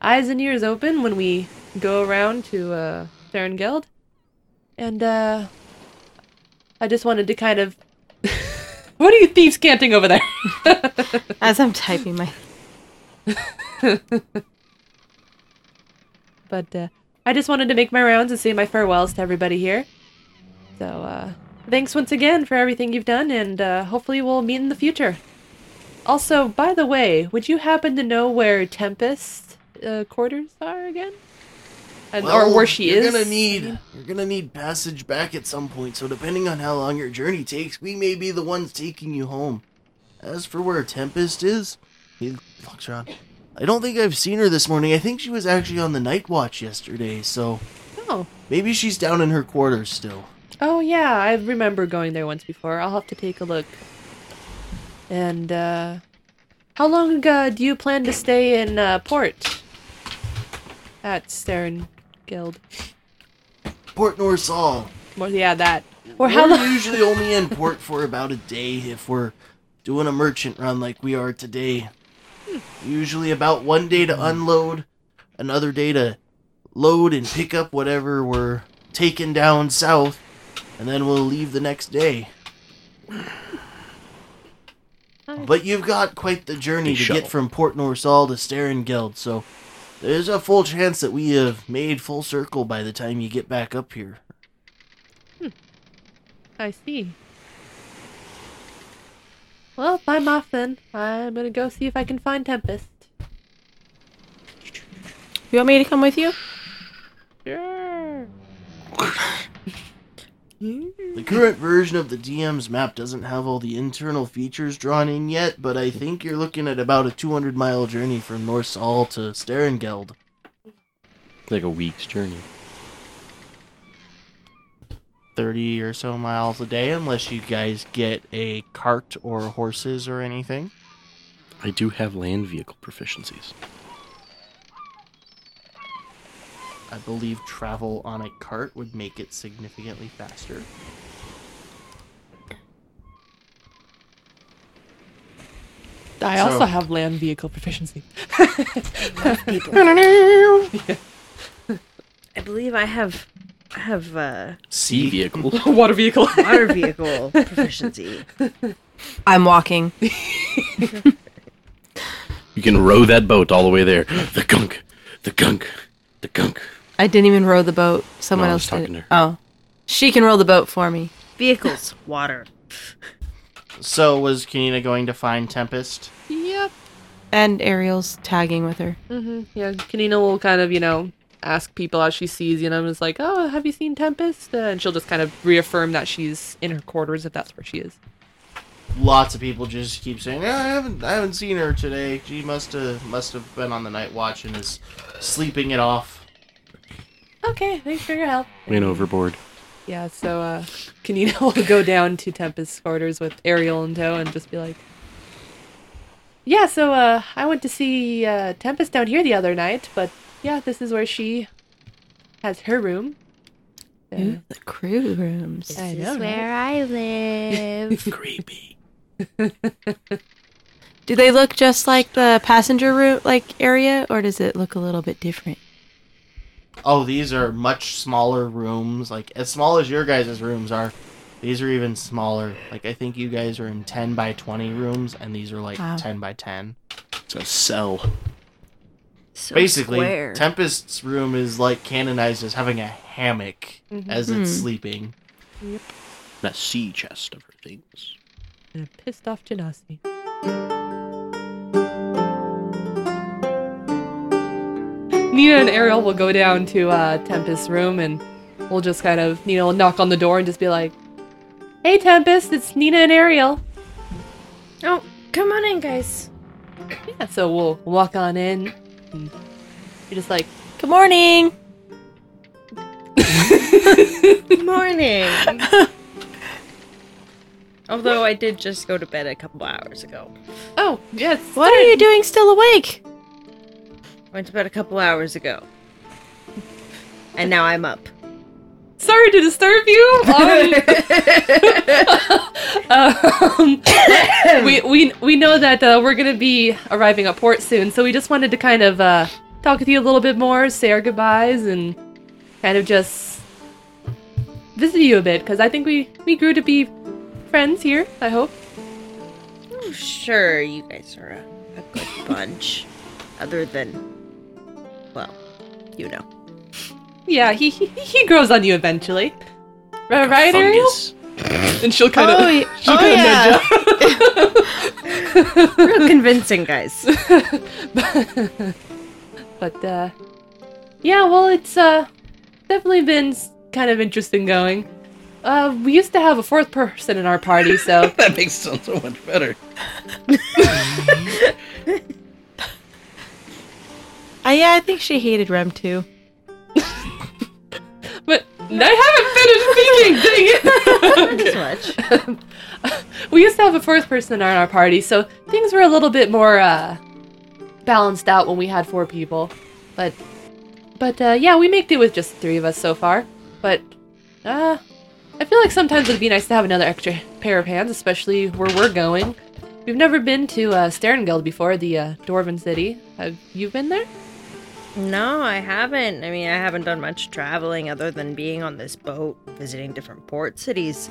[SPEAKER 1] eyes and ears open when we go around to uh, Theron Guild. And uh, I just wanted to kind of. [laughs] what are [laughs] you thieves canting over there?
[SPEAKER 2] As I'm typing my.
[SPEAKER 1] But uh, I just wanted to make my rounds and say my farewells to everybody here. So uh, thanks once again for everything you've done, and uh, hopefully we'll meet in the future. Also, by the way, would you happen to know where Tempest uh, quarters are again? And, or where she
[SPEAKER 5] you're
[SPEAKER 1] is?
[SPEAKER 5] Gonna need, you're gonna need passage back at some point, so depending on how long your journey takes, we may be the ones taking you home. As for where Tempest is, he walks around. I don't think I've seen her this morning. I think she was actually on the night watch yesterday, so
[SPEAKER 1] oh.
[SPEAKER 5] maybe she's down in her quarters still.
[SPEAKER 1] oh, yeah, I remember going there once before. I'll have to take a look. And uh, how long uh, do you plan to stay in uh, port at Stern Guild?
[SPEAKER 5] Port Norsal.
[SPEAKER 1] More, yeah, that. Or
[SPEAKER 5] We're
[SPEAKER 1] how long?
[SPEAKER 5] usually only in port for about a day if we're doing a merchant run like we are today. Usually about one day to unload, another day to load and pick up whatever we're taking down south, and then we'll leave the next day. But you've got quite the journey
[SPEAKER 3] Big
[SPEAKER 5] to
[SPEAKER 3] shuttle.
[SPEAKER 5] get from Port Norsal to Sterengeld, so there's a full chance that we have made full circle by the time you get back up here.
[SPEAKER 1] I see. Well, if I'm off then. I'm gonna go see if I can find Tempest.
[SPEAKER 2] You want me to come with you?
[SPEAKER 1] Sure.
[SPEAKER 5] The current version of the DM's map doesn't have all the internal features drawn in yet, but I think you're looking at about a 200 mile journey from Norsal to Sterengeld.
[SPEAKER 3] Like a week's journey.
[SPEAKER 5] 30 or so miles a day, unless you guys get a cart or horses or anything.
[SPEAKER 3] I do have land vehicle proficiencies.
[SPEAKER 5] I believe travel on a cart would make it significantly faster.
[SPEAKER 1] I
[SPEAKER 5] So-
[SPEAKER 1] also have land vehicle proficiency.
[SPEAKER 4] I believe I have I have [laughs] uh,
[SPEAKER 3] [laughs] Sea vehicle.
[SPEAKER 1] [laughs] Water vehicle. [laughs]
[SPEAKER 4] water vehicle proficiency.
[SPEAKER 2] I'm walking.
[SPEAKER 3] you can row that boat all the way there. The gunk. The gunk. The gunk.
[SPEAKER 2] I didn't even row the boat. Someone
[SPEAKER 3] No, I was
[SPEAKER 2] else did.
[SPEAKER 3] talking to her.
[SPEAKER 2] Oh, she can row the boat for me.
[SPEAKER 4] Vehicles, water.
[SPEAKER 5] So, was Kanina going to find Tempest?
[SPEAKER 1] yep.
[SPEAKER 2] And Ariel's tagging with her.
[SPEAKER 1] hmm Yeah, Kanina will kind of, you know, ask people as she sees, you know, and is like, oh, have you seen Tempest? Uh, and she'll just kind of reaffirm that she's in her quarters if that's where she is.
[SPEAKER 5] lots of people just keep saying, "Yeah, I haven't, I haven't seen her today. She must have, must have been on the night watch and is sleeping it off."
[SPEAKER 1] Okay, thanks for your help.
[SPEAKER 3] Went overboard.
[SPEAKER 1] Yeah, so uh [laughs] Kanina will go down to Tempest's quarters with Ariel in tow and just be like Yeah, so uh I went to see uh Tempest down here the other night, but yeah, this is where she has her room. Uh,
[SPEAKER 2] Ooh, the crew rooms.
[SPEAKER 1] I
[SPEAKER 4] This
[SPEAKER 1] know,
[SPEAKER 4] is
[SPEAKER 1] right?
[SPEAKER 4] where I live.
[SPEAKER 3] [laughs] Creepy.
[SPEAKER 2] Do they look just like the passenger route like area, or does it look a little bit different?
[SPEAKER 5] Oh, these are much smaller rooms, like as small as your guys' rooms are. These are even smaller. Like I think you guys are in ten by twenty rooms, and these are like
[SPEAKER 2] Wow.
[SPEAKER 5] ten by ten. So so
[SPEAKER 4] so
[SPEAKER 5] basically,
[SPEAKER 4] square.
[SPEAKER 5] Tempest's room is like canonized as having a hammock as it's
[SPEAKER 2] Mhm.
[SPEAKER 5] sleeping.
[SPEAKER 3] That sea chest of her things.
[SPEAKER 1] And a pissed off Janasi. Nina and Ariel will go down to uh, Tempest's room and we'll just kind of, Nina will knock on the door and just be like, Hey Tempest, it's Nina and Ariel.
[SPEAKER 4] oh, come on in, guys.
[SPEAKER 1] Yeah, so we'll walk on in. And you're just like,
[SPEAKER 2] Good morning.
[SPEAKER 4] Good morning. [laughs] Although I did just go to bed a couple hours ago.
[SPEAKER 1] Oh, yes.
[SPEAKER 2] What are you doing still awake?
[SPEAKER 4] Went to bed a couple hours ago. And now I'm up.
[SPEAKER 1] Sorry to disturb you. Um,
[SPEAKER 2] [laughs]
[SPEAKER 1] um,
[SPEAKER 2] [coughs]
[SPEAKER 1] we, we, we know that uh, we're going to be arriving at port soon, so we just wanted to kind of uh, talk with you a little bit more, say our goodbyes, and kind of just visit you a bit, because I think we, we grew to be friends here, I hope.
[SPEAKER 4] I'm sure you guys are a, a good bunch. Other than, well, you [laughs] know.
[SPEAKER 1] Yeah, he, he, he grows on you eventually. Right, right Ariel?
[SPEAKER 3] Fungus.
[SPEAKER 1] And she'll kind of...
[SPEAKER 2] oh, y- oh, yeah.
[SPEAKER 4] Real convincing, guys.
[SPEAKER 1] but uh yeah well it's uh definitely been s- kind of interesting going uh we used to have a fourth person in our party so [laughs]
[SPEAKER 3] That makes it sound so much better.
[SPEAKER 2] I, Uh, yeah, I think she hated Rem too.
[SPEAKER 1] but i haven't finished speaking dang it
[SPEAKER 4] Not as much.
[SPEAKER 1] we used to have a fourth person in our party, so things were a little bit more uh, balanced out when we had four people. But but uh, yeah, we make do with just the three of us so far. But uh, I feel like sometimes it'd be nice to have another extra pair of hands, especially where we're going. We've never been to uh, Sterngeld before, the uh, Dwarven city. Have you been there?
[SPEAKER 4] No, I haven't. I mean, I haven't done much traveling other than being on this boat, visiting different port cities.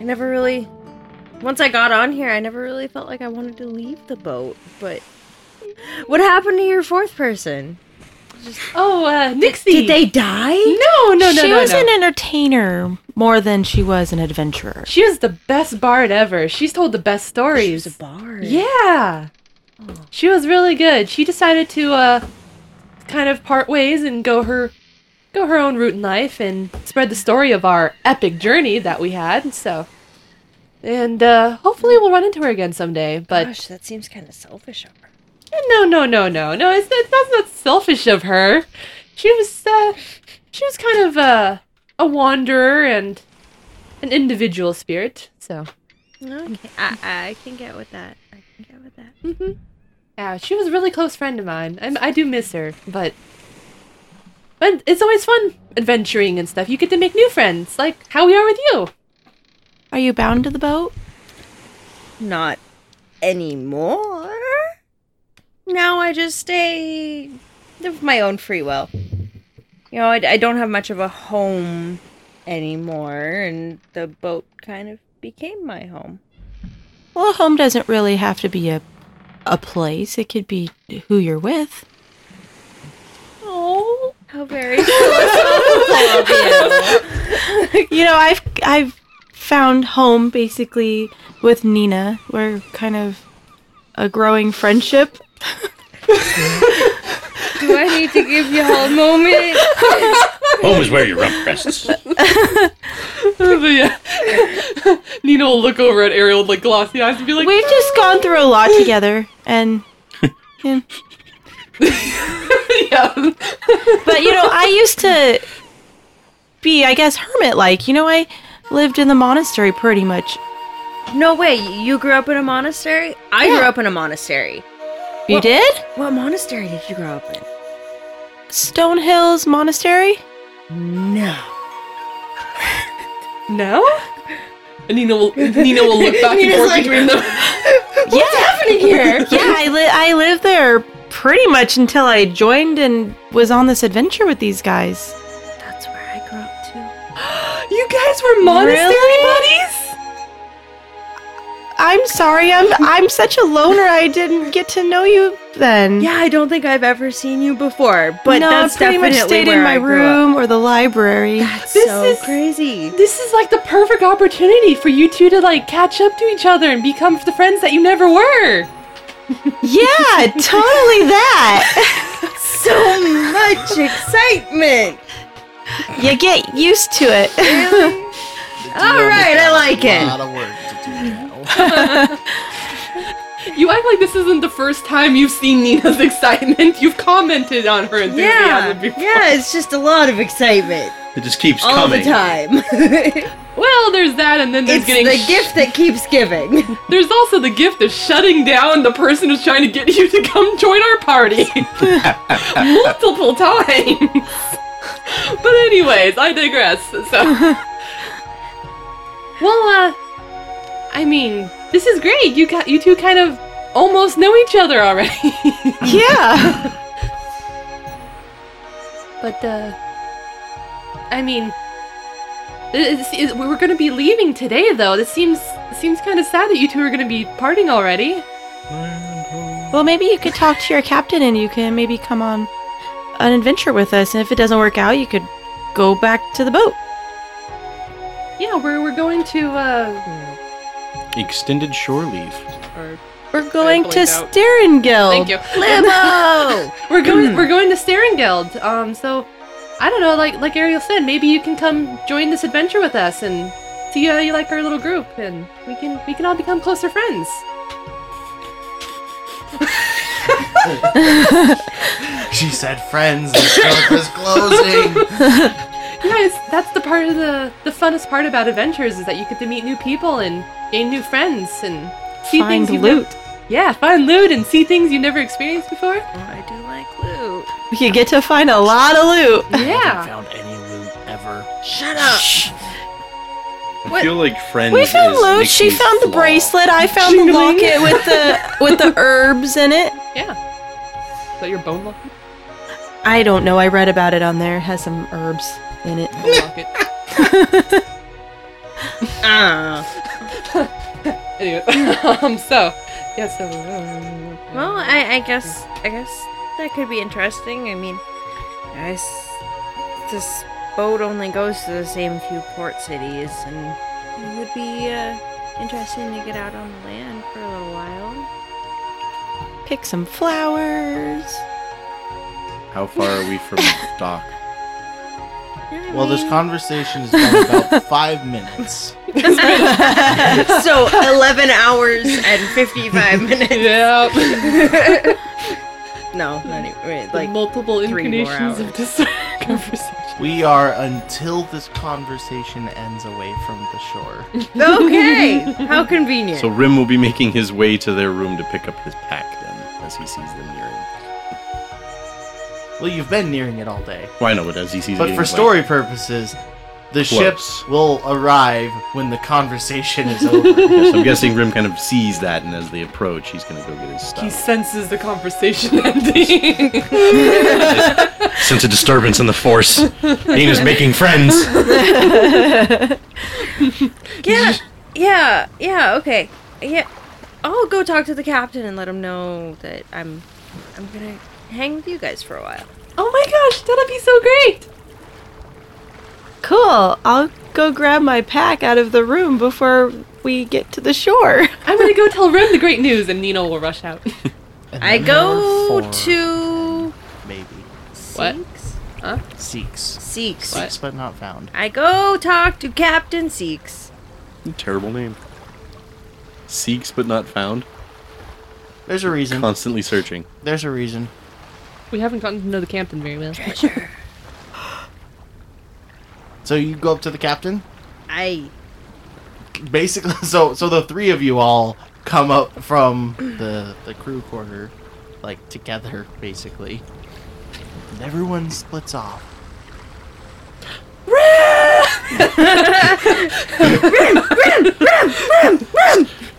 [SPEAKER 4] I never really. Once I got on here, I never really felt like I wanted to leave the boat, but. What happened to your fourth person?
[SPEAKER 1] Oh, uh, Nixie.
[SPEAKER 4] Did they die?
[SPEAKER 1] No, no, no,
[SPEAKER 2] she
[SPEAKER 1] no.
[SPEAKER 2] was
[SPEAKER 1] no.
[SPEAKER 2] an entertainer more than she was an adventurer.
[SPEAKER 1] she is the best bard ever. She's told the best stories.
[SPEAKER 4] She's a bard.
[SPEAKER 1] Yeah. She was really good. She decided to uh kind of part ways and go her go her own route in life and spread the story of our epic journey that we had. So and uh hopefully we'll run into her again someday, but
[SPEAKER 4] Gosh, that seems kind of selfish of her.
[SPEAKER 1] no, no, no, no, no. It's not, that's not selfish of her. She was, uh, she was kind of a a wanderer and an individual spirit. So,
[SPEAKER 4] Okay, I, I can get with that. I can get with that.
[SPEAKER 1] hmm yeah, she was a really close friend of mine. I, I do miss her, but but it's always fun adventuring and stuff. You get to make new friends, like how we are with you.
[SPEAKER 2] Are you bound to the boat?
[SPEAKER 4] Not anymore. Now I just stay of my own free will. You know, I, I don't have much of a home anymore, and the boat kind of became my home.
[SPEAKER 2] Well, a home doesn't really have to be a a place. It could be who you're with.
[SPEAKER 4] Oh, how very philosophical of you.
[SPEAKER 2] you know, I've I've found home basically with Nina. We're kind of a growing friendship.
[SPEAKER 4] Do I need to give you all a moment?
[SPEAKER 3] Home is where your rump rests.
[SPEAKER 1] But yeah. Nina will look over at Ariel with like glossy eyes and be like,
[SPEAKER 2] We've just gone through a lot together, and yeah.
[SPEAKER 1] yeah.
[SPEAKER 2] but you know, I used to be, I guess, hermit like. You know, I lived in the monastery pretty much.
[SPEAKER 4] [laughs] No way. You grew up in a monastery? I grew up in a monastery.
[SPEAKER 2] You
[SPEAKER 4] Well-
[SPEAKER 2] did?
[SPEAKER 4] What monastery did you grow up in?
[SPEAKER 2] Stone Hills Monastery?
[SPEAKER 4] No.
[SPEAKER 1] No? And Nina will Nina will look
[SPEAKER 3] [laughs]
[SPEAKER 1] back and
[SPEAKER 4] Nina's
[SPEAKER 1] forth
[SPEAKER 4] like-
[SPEAKER 1] between them.
[SPEAKER 2] What's happening here? [laughs] yeah, I, li- I lived there pretty much until I joined and was on this adventure with these guys.
[SPEAKER 4] That's where I grew up too. [gasps]
[SPEAKER 1] You guys were monastery buddies?
[SPEAKER 2] I'm sorry, I'm I'm such a loner. I didn't get to know you then.
[SPEAKER 4] Yeah, I don't think I've ever seen you before, but
[SPEAKER 2] no,
[SPEAKER 4] that's
[SPEAKER 2] I pretty much
[SPEAKER 4] definitely
[SPEAKER 2] stayed
[SPEAKER 4] where
[SPEAKER 2] in my
[SPEAKER 4] I grew up.
[SPEAKER 2] room or the library.
[SPEAKER 1] This
[SPEAKER 4] so
[SPEAKER 1] is-
[SPEAKER 4] crazy.
[SPEAKER 1] This is like the perfect opportunity for you two to like catch up to each other and become the friends that you never were.
[SPEAKER 2] [laughs] yeah, totally [laughs] that.
[SPEAKER 4] So much excitement.
[SPEAKER 2] you get used to it.
[SPEAKER 4] All right, I like
[SPEAKER 5] A
[SPEAKER 4] it.
[SPEAKER 5] lot of work to do now.
[SPEAKER 1] You act like this isn't the first time you've seen Nina's [laughs] excitement. You've commented on her enthusiasm
[SPEAKER 4] Yeah,
[SPEAKER 1] before.
[SPEAKER 4] yeah, it's just a lot of excitement
[SPEAKER 3] It just keeps
[SPEAKER 4] all
[SPEAKER 3] coming.
[SPEAKER 4] the time. [laughs]
[SPEAKER 1] Well, there's that, and then there's
[SPEAKER 4] it's
[SPEAKER 1] getting
[SPEAKER 4] the
[SPEAKER 1] sh-
[SPEAKER 4] gift that keeps giving.
[SPEAKER 1] There's also the gift of shutting down the person who's trying to get you to come join our [laughs] party multiple times. But anyways, I digress. [laughs] So, well, uh, I mean, this is great. You got you two kind of almost know each other already. [laughs]
[SPEAKER 2] yeah.
[SPEAKER 4] [laughs] Oh,
[SPEAKER 1] but uh, I mean, it's, it, we're going to be leaving today, though. This seems seems kind of sad that you two are going to be parting already.
[SPEAKER 2] Well, maybe you could talk to your captain and you can maybe come on an adventure with us. And if it doesn't work out, you could go back to the boat.
[SPEAKER 1] Yeah, we're we're going to uh.
[SPEAKER 3] Extended shore leave.
[SPEAKER 2] We're going to
[SPEAKER 1] blanked out.
[SPEAKER 2] Sterengeld.
[SPEAKER 1] Thank you.
[SPEAKER 2] [laughs]
[SPEAKER 4] Limo.
[SPEAKER 1] We're going. we're going to Sterengeld. Um. So, I don't know. Like like Ariel said, maybe you can come join this adventure with us and see how you like our little group, and we can we can all become closer friends.
[SPEAKER 5] She said friends, the shop is closing.
[SPEAKER 1] Yes, that's the part of the the funnest part about adventures is that you get to meet new people and gain new friends and see
[SPEAKER 2] Find
[SPEAKER 1] things you
[SPEAKER 2] loot.
[SPEAKER 1] yeah, find loot and see things you've never experienced [laughs] before.
[SPEAKER 4] I do like loot.
[SPEAKER 2] We could get to find a lot of loot.
[SPEAKER 5] Haven't
[SPEAKER 1] Yeah.
[SPEAKER 5] found any loot ever.
[SPEAKER 4] Shut up.
[SPEAKER 3] I feel like friends.
[SPEAKER 2] We found
[SPEAKER 3] is
[SPEAKER 2] loot. She
[SPEAKER 3] Nikki's
[SPEAKER 2] found the
[SPEAKER 3] flaw.
[SPEAKER 2] bracelet. I found the locket
[SPEAKER 1] [laughs]
[SPEAKER 2] with the with the herbs in it.
[SPEAKER 1] Yeah. Is that your bone locket?
[SPEAKER 2] I don't know. I read about it on there. It has some herbs in it.
[SPEAKER 1] Bone locket.
[SPEAKER 4] Ah.
[SPEAKER 1] anyway, [laughs] um, so, yeah, so. um,
[SPEAKER 4] well, I, I guess I guess that could be interesting. I mean, I s- this boat only goes to the same few port cities, and it would be uh, interesting to get out on the land for a little while.
[SPEAKER 2] Pick some flowers.
[SPEAKER 3] How far are we from dock?
[SPEAKER 4] Yeah, I
[SPEAKER 5] Well, this
[SPEAKER 4] mean-
[SPEAKER 5] conversation is done about five minutes.
[SPEAKER 4] [laughs]
[SPEAKER 5] [laughs]
[SPEAKER 4] so 11 hours and 55 [laughs] minutes.
[SPEAKER 1] yeah.
[SPEAKER 4] No, not even wait,
[SPEAKER 1] like
[SPEAKER 4] like
[SPEAKER 1] multiple
[SPEAKER 4] three more
[SPEAKER 1] incarnations of this [laughs] conversation.
[SPEAKER 5] We are until this conversation ends away from the shore.
[SPEAKER 4] okay. How convenient.
[SPEAKER 3] So Rim will be making his way to their room to pick up his pack then, as he sees them nearing.
[SPEAKER 5] Well, you've been nearing it all day.
[SPEAKER 3] Well, I know, but as he sees. it
[SPEAKER 5] But
[SPEAKER 3] getting,
[SPEAKER 5] for
[SPEAKER 3] like,
[SPEAKER 5] story purposes, the
[SPEAKER 3] Close.
[SPEAKER 5] ships will arrive when the conversation is
[SPEAKER 3] [laughs]
[SPEAKER 5] over.
[SPEAKER 3] yes, I'm guessing Rim kind of sees that, and as they approach, he's gonna go get his
[SPEAKER 1] He
[SPEAKER 3] stuff.
[SPEAKER 1] senses the conversation [laughs] ending.
[SPEAKER 3] Sense a disturbance in the force. Nina's making friends.
[SPEAKER 4] yeah, yeah, yeah. Okay, yeah. I'll go talk to the captain and let him know that I'm, I'm gonna hang with you guys for a while.
[SPEAKER 1] oh my gosh, that'll be so great!
[SPEAKER 2] Cool. I'll go grab my pack out of the room before we get to the shore. [laughs]
[SPEAKER 1] I'm gonna go tell Rim the great news, and Nina will rush out. [laughs]
[SPEAKER 5] And
[SPEAKER 4] I
[SPEAKER 5] then
[SPEAKER 4] go
[SPEAKER 5] there are four,
[SPEAKER 4] to
[SPEAKER 5] maybe
[SPEAKER 1] What?
[SPEAKER 4] Seeks.
[SPEAKER 5] seeks,
[SPEAKER 4] Seeks.
[SPEAKER 5] seeks but not found.
[SPEAKER 4] I go talk to Captain Seeks.
[SPEAKER 3] Terrible name. Seeks but not found.
[SPEAKER 5] There's a reason.
[SPEAKER 3] Constantly searching.
[SPEAKER 5] There's a reason.
[SPEAKER 1] [laughs] we haven't gotten to know the captain very well.
[SPEAKER 4] Treasure.
[SPEAKER 5] So you go up to the captain.
[SPEAKER 4] I
[SPEAKER 5] Basically, [laughs] so so the three of you all come up from the the crew quarter, like together, basically. And everyone splits off.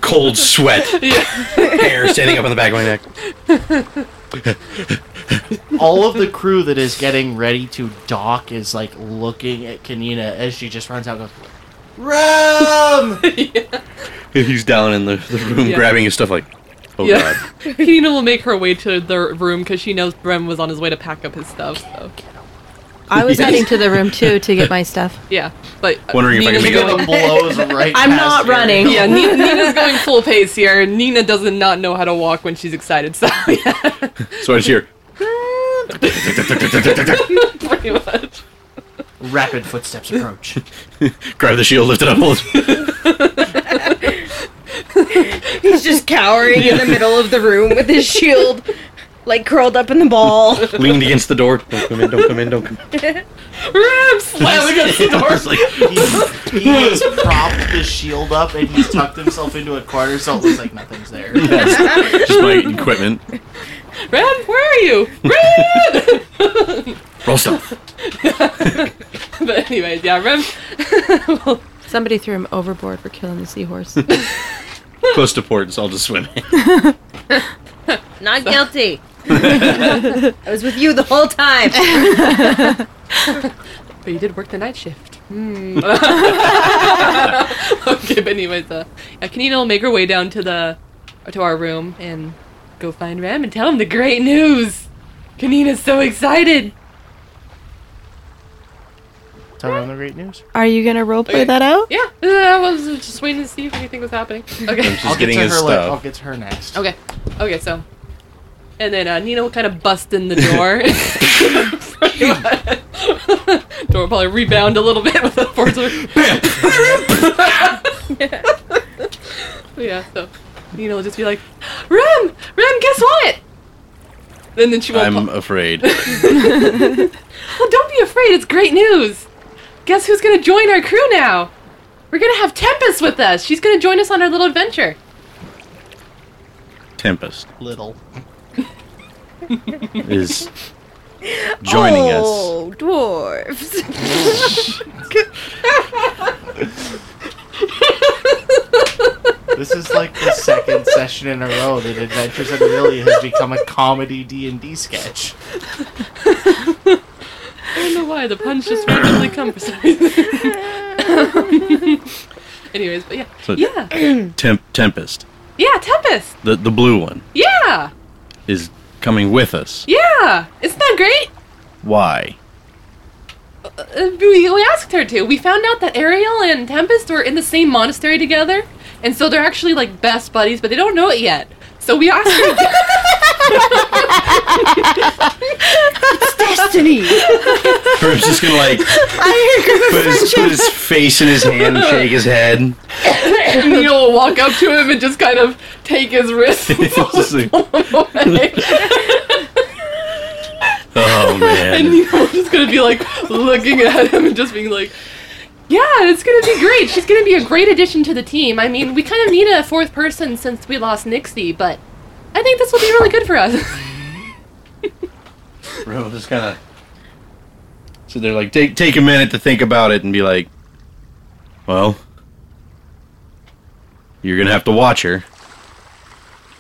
[SPEAKER 3] Cold sweat. Hair standing up on the back of my neck.
[SPEAKER 5] all of the crew that is getting ready to dock is like looking at Kanina as she just runs out and goes,
[SPEAKER 3] [laughs]
[SPEAKER 5] Rum!
[SPEAKER 3] He's down in the, the room
[SPEAKER 1] Yeah.
[SPEAKER 3] grabbing his stuff like, oh
[SPEAKER 1] yeah. Kina will make her way to the room because she knows Brem was on his way to pack up his stuff. So
[SPEAKER 2] I was
[SPEAKER 3] [laughs] Yes.
[SPEAKER 2] heading to the room too to get
[SPEAKER 3] [laughs]
[SPEAKER 2] my stuff.
[SPEAKER 1] yeah, but uh,
[SPEAKER 3] Wondering if I can
[SPEAKER 1] Nina's
[SPEAKER 3] make it
[SPEAKER 1] going, [laughs]
[SPEAKER 5] Kanina blows right
[SPEAKER 2] I'm
[SPEAKER 5] past
[SPEAKER 2] not
[SPEAKER 5] you.
[SPEAKER 2] running.
[SPEAKER 1] Yeah, Nina, Nina's going full pace here. and Nina does not know how to walk when she's excited. So [laughs] yeah,
[SPEAKER 3] god. So I just hear,
[SPEAKER 1] pretty much.
[SPEAKER 5] Rapid footsteps approach.
[SPEAKER 3] grab the shield, lift it up, [laughs] hold it.
[SPEAKER 4] He's just cowering in the middle of the room with his shield, like curled up in the ball.
[SPEAKER 3] leaned against the door. Don't come in, don't come in, don't come in.
[SPEAKER 1] I'm slamming against the door. [laughs]
[SPEAKER 3] [laughs] It's like,
[SPEAKER 5] He's, he has propped his shield up and he's tucked himself into a corner so it looks like nothing's there.
[SPEAKER 3] just my equipment.
[SPEAKER 1] Brem, where are you? [laughs] Brem!
[SPEAKER 3] Roll stuff.
[SPEAKER 1] but anyways, yeah, Brem. well,
[SPEAKER 2] Somebody threw him overboard for killing the
[SPEAKER 3] [laughs]
[SPEAKER 2] seahorse.
[SPEAKER 3] Close to port, so I'll just swim.
[SPEAKER 4] Not guilty. I was with you the whole time.
[SPEAKER 1] but you did work the night shift. Hmm. [laughs] okay, but anyways, uh, yeah, Kanina will make her way down to the to our room and go find Rem and tell him the great news. Kanina's so excited.
[SPEAKER 5] Tell them the great news.
[SPEAKER 2] Are you gonna roleplay that out?
[SPEAKER 1] Yeah, uh, I was just waiting to see if anything was happening. Okay.
[SPEAKER 3] Just getting
[SPEAKER 5] to
[SPEAKER 3] his
[SPEAKER 5] her la-
[SPEAKER 3] stuff.
[SPEAKER 5] I'll get to her next.
[SPEAKER 1] Okay. Okay, so. And then uh, Nina will kind of bust in the door. [laughs] door will probably rebound a little bit with the force of yeah, so Nina will just be like, [gasps] Rem! Rem, guess what? And then she won't.
[SPEAKER 3] I'm
[SPEAKER 1] pop-
[SPEAKER 3] afraid.
[SPEAKER 1] oh, don't be afraid, it's great news! Guess who's gonna join our crew now? We're gonna have Tempest with us! She's gonna join us on our little adventure!
[SPEAKER 3] Tempest
[SPEAKER 5] Little.
[SPEAKER 3] is joining us.
[SPEAKER 4] oh, dwarves.
[SPEAKER 5] This is like the second session in a row that Adventures in Aurelia has become a comedy D&D sketch.
[SPEAKER 1] I don't know why the puns just randomly come for some reason. [laughs] Anyways, but yeah,
[SPEAKER 3] So-
[SPEAKER 1] yeah,
[SPEAKER 3] Temp- Tempest,
[SPEAKER 1] yeah, Tempest,
[SPEAKER 3] the, the blue one,
[SPEAKER 1] yeah,
[SPEAKER 3] is coming with us.
[SPEAKER 1] yeah. Isn't that great?
[SPEAKER 3] Why?
[SPEAKER 1] Uh, we, we asked her to. We found out that Ariel and Tempest were in the same monastery together, and so they're actually like best buddies, but they don't know it yet. So we asked her. To,
[SPEAKER 4] [laughs] Destiny.
[SPEAKER 3] Herb's just gonna like put his, put his face in his hand and shake his head. [laughs]
[SPEAKER 1] and Neil will walk up to him and just kind of take his wrist. and
[SPEAKER 3] It's [laughs] just like,
[SPEAKER 1] pull him away.
[SPEAKER 3] oh
[SPEAKER 1] And
[SPEAKER 3] man.
[SPEAKER 1] Nina was just gonna be like looking at him and just being like, "Yeah, it's gonna be great. She's gonna be a great addition to the team. I mean, we kind of need a fourth person since we lost Nixie, but I think this will be really good for us." [laughs]
[SPEAKER 3] Herb just kind of. So they're like, take take a minute to think about it and be like, well, you're gonna have to watch her,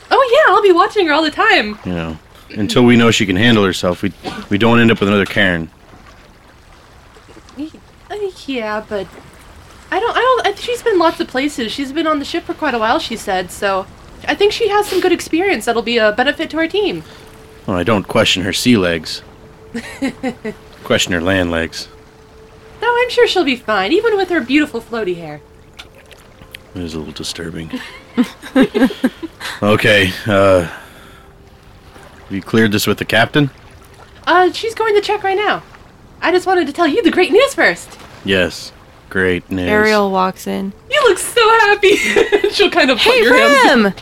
[SPEAKER 1] oh yeah, I'll be watching her all the time.
[SPEAKER 3] you know, until we know she can handle herself. We we don't end up with another Karen.
[SPEAKER 1] Yeah, but I don't. I don't. I, she's been lots of places. She's been on the ship for quite a while. She said so. I think she has some good experience that'll be a benefit to our team.
[SPEAKER 3] Well, I don't question her
[SPEAKER 2] [laughs]
[SPEAKER 3] sea legs. question her land legs.
[SPEAKER 1] No, I'm sure she'll be fine, even with her beautiful floaty hair.
[SPEAKER 3] It is a little disturbing. [laughs] okay, uh. You cleared this with the captain?
[SPEAKER 1] Uh, she's going to check right now. I just wanted to tell you the great news first.
[SPEAKER 3] Yes. Great news.
[SPEAKER 2] Ariel walks in.
[SPEAKER 1] You look so happy. [laughs] She'll kind of put
[SPEAKER 2] Hey,
[SPEAKER 1] your hands.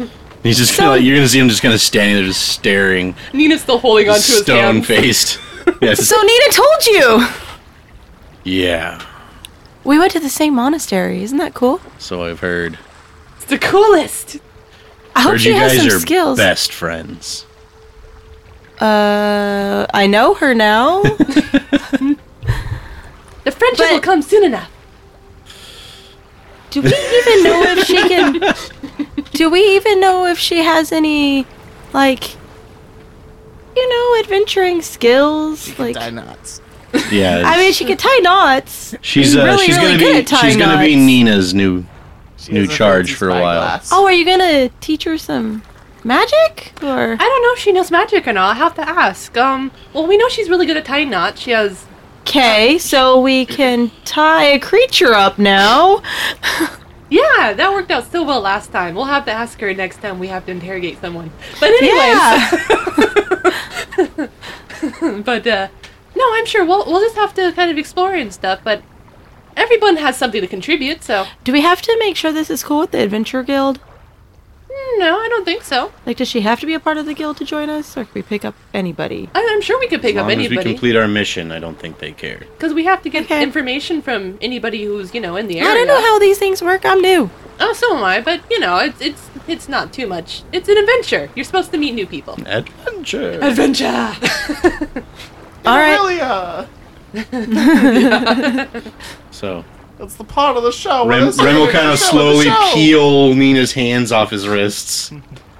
[SPEAKER 2] Rim!
[SPEAKER 3] He's just gonna, like, you're gonna see him just kind of standing there, just staring,
[SPEAKER 1] Nina's still holding on to his
[SPEAKER 3] stone
[SPEAKER 1] hand.
[SPEAKER 3] faced. yes.
[SPEAKER 2] So Nina told you.
[SPEAKER 3] Yeah.
[SPEAKER 2] [laughs] We went to the same monastery. Isn't that cool?
[SPEAKER 3] So I've heard.
[SPEAKER 1] It's the coolest.
[SPEAKER 2] I hope
[SPEAKER 3] heard
[SPEAKER 2] she
[SPEAKER 3] you
[SPEAKER 2] has
[SPEAKER 3] guys
[SPEAKER 2] some
[SPEAKER 3] are
[SPEAKER 2] skills.
[SPEAKER 3] best friends.
[SPEAKER 2] Uh, I know her now.
[SPEAKER 1] The friendship
[SPEAKER 2] But-
[SPEAKER 1] will come soon enough.
[SPEAKER 2] Do we even know if she
[SPEAKER 3] [laughs]
[SPEAKER 2] can? Do we even know if she has any, like, you know, adventuring skills? like,
[SPEAKER 5] Tie knots.
[SPEAKER 3] Yeah.
[SPEAKER 2] I mean, she could tie knots.
[SPEAKER 3] she's uh,
[SPEAKER 2] really,
[SPEAKER 3] she's
[SPEAKER 2] really
[SPEAKER 3] gonna
[SPEAKER 2] good
[SPEAKER 3] be
[SPEAKER 2] at tying
[SPEAKER 3] she's gonna be
[SPEAKER 2] knots.
[SPEAKER 3] Nina's new
[SPEAKER 5] She
[SPEAKER 3] New
[SPEAKER 5] has a
[SPEAKER 3] charge
[SPEAKER 5] fancy
[SPEAKER 3] for a while.
[SPEAKER 5] spyglass.
[SPEAKER 2] Oh, are you gonna teach her some magic or?
[SPEAKER 1] I don't know if she knows magic or not. I have to ask. Um, well, we know she's really good at tying knots. She has.
[SPEAKER 2] Okay, so we can tie a creature up now.
[SPEAKER 1] Yeah, that worked out so well last time. We'll have to ask her next time we have to interrogate someone. But anyways. but uh, no, I'm sure we'll we'll just have to kind of explore and stuff. But everyone has something to contribute, so
[SPEAKER 2] [laughs] Do we have to make sure this is cool with the Adventure Guild?
[SPEAKER 1] mm, no, I don't think so.
[SPEAKER 2] Like, does she have to be a part of the guild to join us, or can we pick up anybody?
[SPEAKER 1] I, I'm sure we could pick
[SPEAKER 3] as
[SPEAKER 1] up
[SPEAKER 3] long as we
[SPEAKER 1] anybody
[SPEAKER 3] complete our mission, I don't think they care.
[SPEAKER 1] because we have to get
[SPEAKER 2] Okay.
[SPEAKER 1] information from anybody who's you know in the area.
[SPEAKER 2] I don't know how these things work. I'm new.
[SPEAKER 1] Oh, so am I. But you know, it's it's it's not too much. It's an adventure. You're supposed to meet new people.
[SPEAKER 3] Adventure.
[SPEAKER 1] Adventure.
[SPEAKER 2] All right.
[SPEAKER 5] Aurelia!
[SPEAKER 3] so
[SPEAKER 5] That's the part of the show. where
[SPEAKER 3] Rem,
[SPEAKER 5] the
[SPEAKER 3] Rem will
[SPEAKER 5] secret
[SPEAKER 3] kind of
[SPEAKER 5] show the
[SPEAKER 3] slowly
[SPEAKER 5] show.
[SPEAKER 3] peel Nina's hands off his wrists.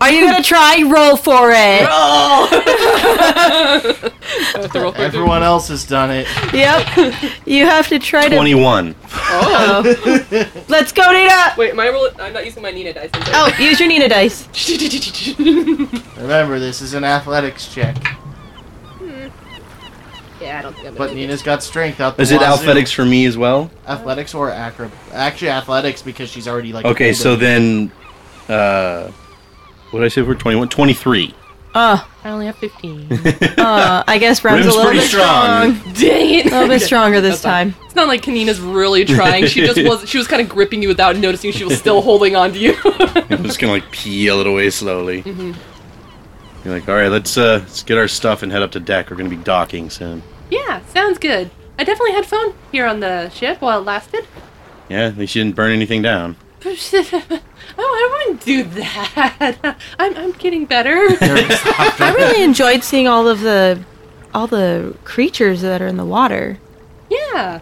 [SPEAKER 2] Are you gonna try? Roll for it.
[SPEAKER 5] Everyone else has done it.
[SPEAKER 2] [laughs] Yep. You have to try to.
[SPEAKER 3] Twenty-one. [laughs]
[SPEAKER 2] Let's go, Nina.
[SPEAKER 6] [laughs] Wait, my roll. I'm not using my Nina dice. I'm sorry. [laughs]
[SPEAKER 2] Oh, use your Nina dice.
[SPEAKER 5] Remember, this is an athletics check.
[SPEAKER 6] Yeah, I don't think I'm gonna.
[SPEAKER 5] But
[SPEAKER 6] make it.
[SPEAKER 5] Nina's got strength out the
[SPEAKER 3] Is it
[SPEAKER 5] wazoo.
[SPEAKER 3] athletics for me as well?
[SPEAKER 5] Athletics or acrob? Actually, athletics because she's already like.
[SPEAKER 3] Okay,
[SPEAKER 5] older.
[SPEAKER 3] so then, uh, what did I say? We're 21? 23.
[SPEAKER 2] Uh,
[SPEAKER 1] I only have 15.
[SPEAKER 2] uh, I guess Rem's a
[SPEAKER 3] Rem's
[SPEAKER 2] little
[SPEAKER 3] pretty
[SPEAKER 2] bit
[SPEAKER 3] strong.
[SPEAKER 2] strong.
[SPEAKER 1] Dang it!
[SPEAKER 2] A
[SPEAKER 1] [laughs]
[SPEAKER 2] little bit stronger this
[SPEAKER 1] Oh, That's fine.
[SPEAKER 2] time.
[SPEAKER 1] It's not like Kanina's really trying. She
[SPEAKER 2] [laughs]
[SPEAKER 1] just was. She was kind of gripping you without noticing. She was still holding on to you.
[SPEAKER 3] [laughs]
[SPEAKER 1] [laughs]
[SPEAKER 3] I'm just gonna like peel it away slowly.
[SPEAKER 5] Mm-hmm.
[SPEAKER 3] You're like, all right, let's uh, let's get our stuff and head up to deck. We're gonna be docking soon.
[SPEAKER 1] yeah, sounds good. I definitely had fun here on the ship while it lasted. [laughs]
[SPEAKER 3] Yeah, at least you didn't burn anything down.
[SPEAKER 1] oh, I wouldn't do that. [laughs] I'm, I'm getting better.
[SPEAKER 5] [laughs]
[SPEAKER 2] [laughs] I
[SPEAKER 1] [laughs]
[SPEAKER 2] really enjoyed seeing all of the, all the creatures that are in the water.
[SPEAKER 1] yeah,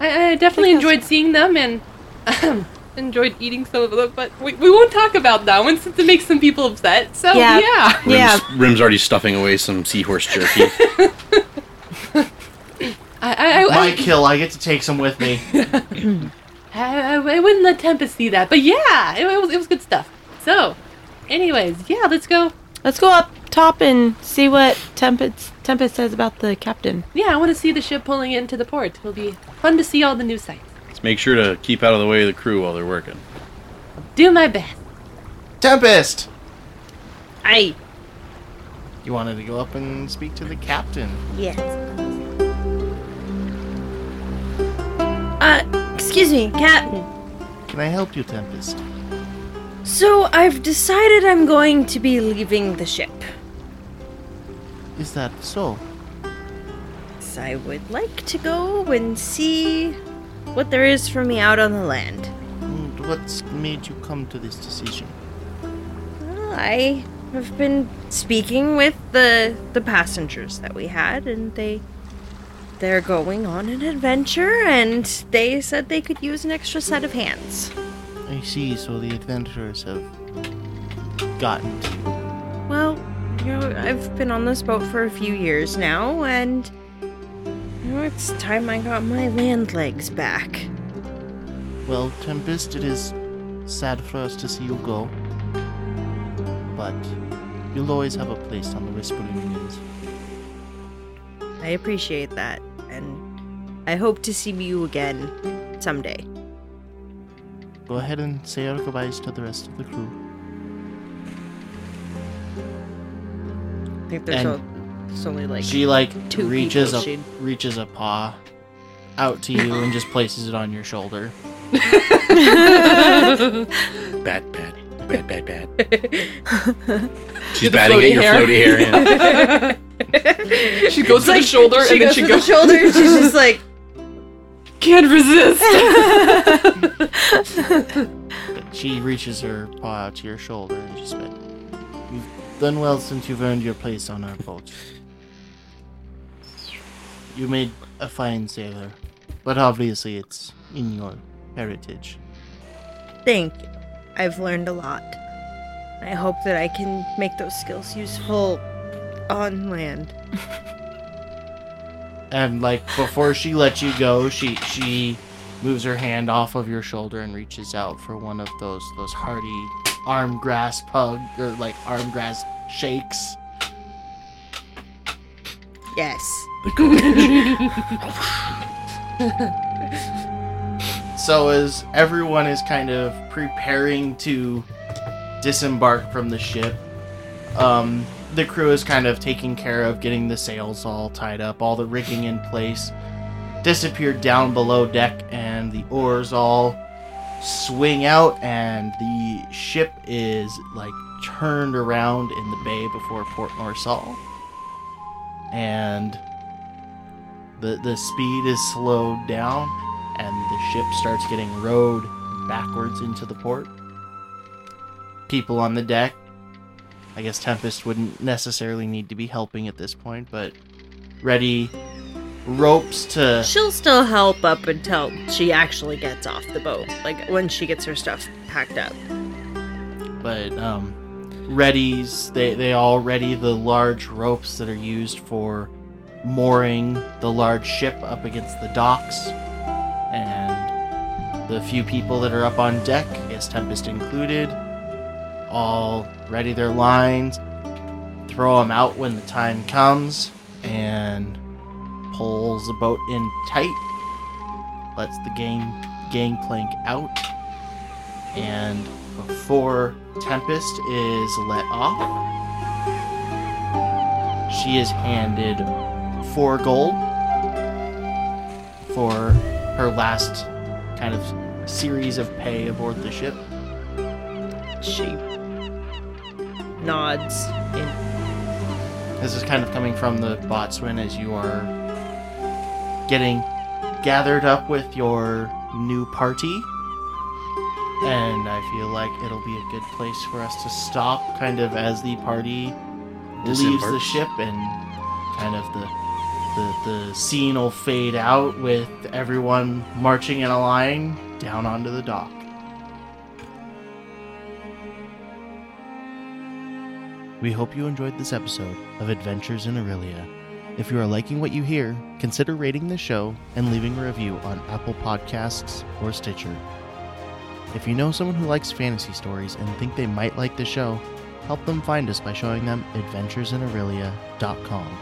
[SPEAKER 1] I, I definitely
[SPEAKER 2] Think that's-
[SPEAKER 1] enjoyed seeing them and [clears throat] enjoyed eating some of them. But we, we won't talk about that one since it makes some people upset. So
[SPEAKER 2] Yeah.
[SPEAKER 1] yeah.
[SPEAKER 3] Rim's,
[SPEAKER 2] Yeah.
[SPEAKER 3] Rim's already stuffing away some seahorse jerky. [laughs]
[SPEAKER 1] I I, I,
[SPEAKER 5] My
[SPEAKER 1] I,
[SPEAKER 5] kill, I get to take some
[SPEAKER 2] [laughs]
[SPEAKER 5] with me.
[SPEAKER 1] I, I- I Uh, wouldn't let Tempest see that, but yeah, it, it was it was good stuff. So, anyways, yeah, let's go.
[SPEAKER 2] Let's go up top and see what Tempest Tempest says about the captain.
[SPEAKER 1] Yeah, I want to see the ship pulling into the port. It'll be fun to see all the new sights.
[SPEAKER 3] let's make sure to keep out of the way of the crew while they're working.
[SPEAKER 1] Do my best.
[SPEAKER 5] Tempest!
[SPEAKER 4] Aye.
[SPEAKER 5] You wanted to go up and speak to the captain.
[SPEAKER 7] Yes. Uh, excuse me, Captain.
[SPEAKER 5] Can I help you, Tempest?
[SPEAKER 7] So I've decided I'm going to be leaving the ship.
[SPEAKER 5] Is that so?
[SPEAKER 7] So I would like to go and see what there is for me out on the land.
[SPEAKER 5] Mm, What's made you come to this decision?
[SPEAKER 7] Well, I have been speaking with the the passengers that we had, and they they're going on an adventure, and they said they could use an extra set of hands.
[SPEAKER 5] I see, so the adventurers have gotten to you.
[SPEAKER 7] Well, you know, I've been on this boat for a few years now, and you know, it's time I got my land legs back.
[SPEAKER 5] Well, Tempest, it is sad for us to see you go. But you'll always have a place on the Whispering Winds.
[SPEAKER 7] I appreciate that, and I hope to see you again someday.
[SPEAKER 5] Go ahead and say our goodbyes to the rest of the crew.
[SPEAKER 7] I think there's,
[SPEAKER 5] And
[SPEAKER 7] o- there's only like [laughs]
[SPEAKER 5] she like
[SPEAKER 7] two
[SPEAKER 5] reaches
[SPEAKER 7] people
[SPEAKER 5] a
[SPEAKER 7] she'd-
[SPEAKER 5] reaches a paw out to you and just places it on your shoulder.
[SPEAKER 3] Bat, bat, bat, bat, [laughs] bat. She's batting at your floaty hair. yeah.
[SPEAKER 1] She goes to the shoulder
[SPEAKER 7] she
[SPEAKER 1] and then
[SPEAKER 7] goes
[SPEAKER 1] she
[SPEAKER 7] to
[SPEAKER 1] goes.
[SPEAKER 7] the shoulder. She's just like,
[SPEAKER 1] can't resist.
[SPEAKER 5] But she reaches her paw out to your shoulder and just said, You've done well since you've earned your place on our boat. You made a fine sailor, but obviously it's in your heritage.
[SPEAKER 7] Thank you. I've learned a lot. I hope that I can make those skills useful on land.
[SPEAKER 5] And like before she lets you go, she she moves her hand off of your shoulder and reaches out for one of those those hearty arm grasp hug or like arm grasp shakes.
[SPEAKER 7] Yes.
[SPEAKER 5] So as everyone is kind of preparing to disembark from the ship, um, the crew is kind of taking care of getting the sails all tied up, all the rigging in place, disappeared down below deck, and the oars all swing out, and the ship is like turned around in the bay before Port Norsal, and the the speed is slowed down and the ship starts getting rowed backwards into the port. People on the deck. I guess Tempest wouldn't necessarily need to be helping at this point, but ready ropes to
[SPEAKER 7] She'll still help up until she actually gets off the boat, like when she gets her stuff packed up.
[SPEAKER 5] but um readies they they all ready the large ropes that are used for mooring the large ship up against the docks and the few people that are up on deck is tempest included all ready their lines throw them out when the time comes and pulls the boat in tight lets the gang gangplank out and before Tempest is let off, she is handed four gold for her last kind of series of pay aboard the ship.
[SPEAKER 7] She nods and
[SPEAKER 5] This is kind of coming from the botswan as you are getting gathered up with your new party. And I feel like it'll be a good place for us to stop, kind of as the party leaves the
[SPEAKER 3] Disembarks.
[SPEAKER 5] ship and kind of the, the the scene will fade out with everyone marching in a line down onto the dock. We hope you enjoyed this episode of Adventures in Aurelia. If you are liking what you hear, consider rating the show and leaving a review on Apple Podcasts or Stitcher. If you know someone who likes fantasy stories and think they might like the show, help them find us by showing them adventuresinaurelia.com.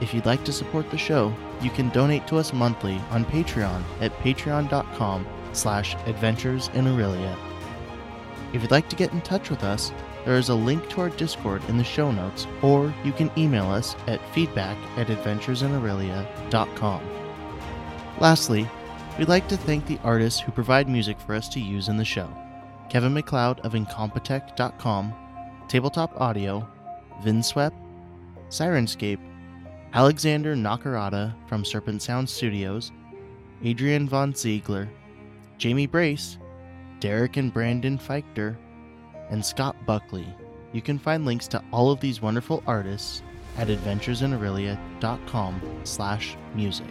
[SPEAKER 5] If you'd like to support the show, you can donate to us monthly on Patreon at patreon.com slash adventuresinaurelia. If you'd like to get in touch with us, there is a link to our Discord in the show notes, or you can email us at feedback at adventuresinaurelia.com. Lastly, we'd like to thank the artists who provide music for us to use in the show Kevin McLeod of Incompetech.com, Tabletop Audio, Vinswep, Sirenscape, Alexander Nakarada from Serpent Sound Studios, Adrian Von Ziegler, Jamie Brace, Derek and Brandon Feichter, and Scott Buckley. You can find links to all of these wonderful artists at adventuresinaurelia.com slash music.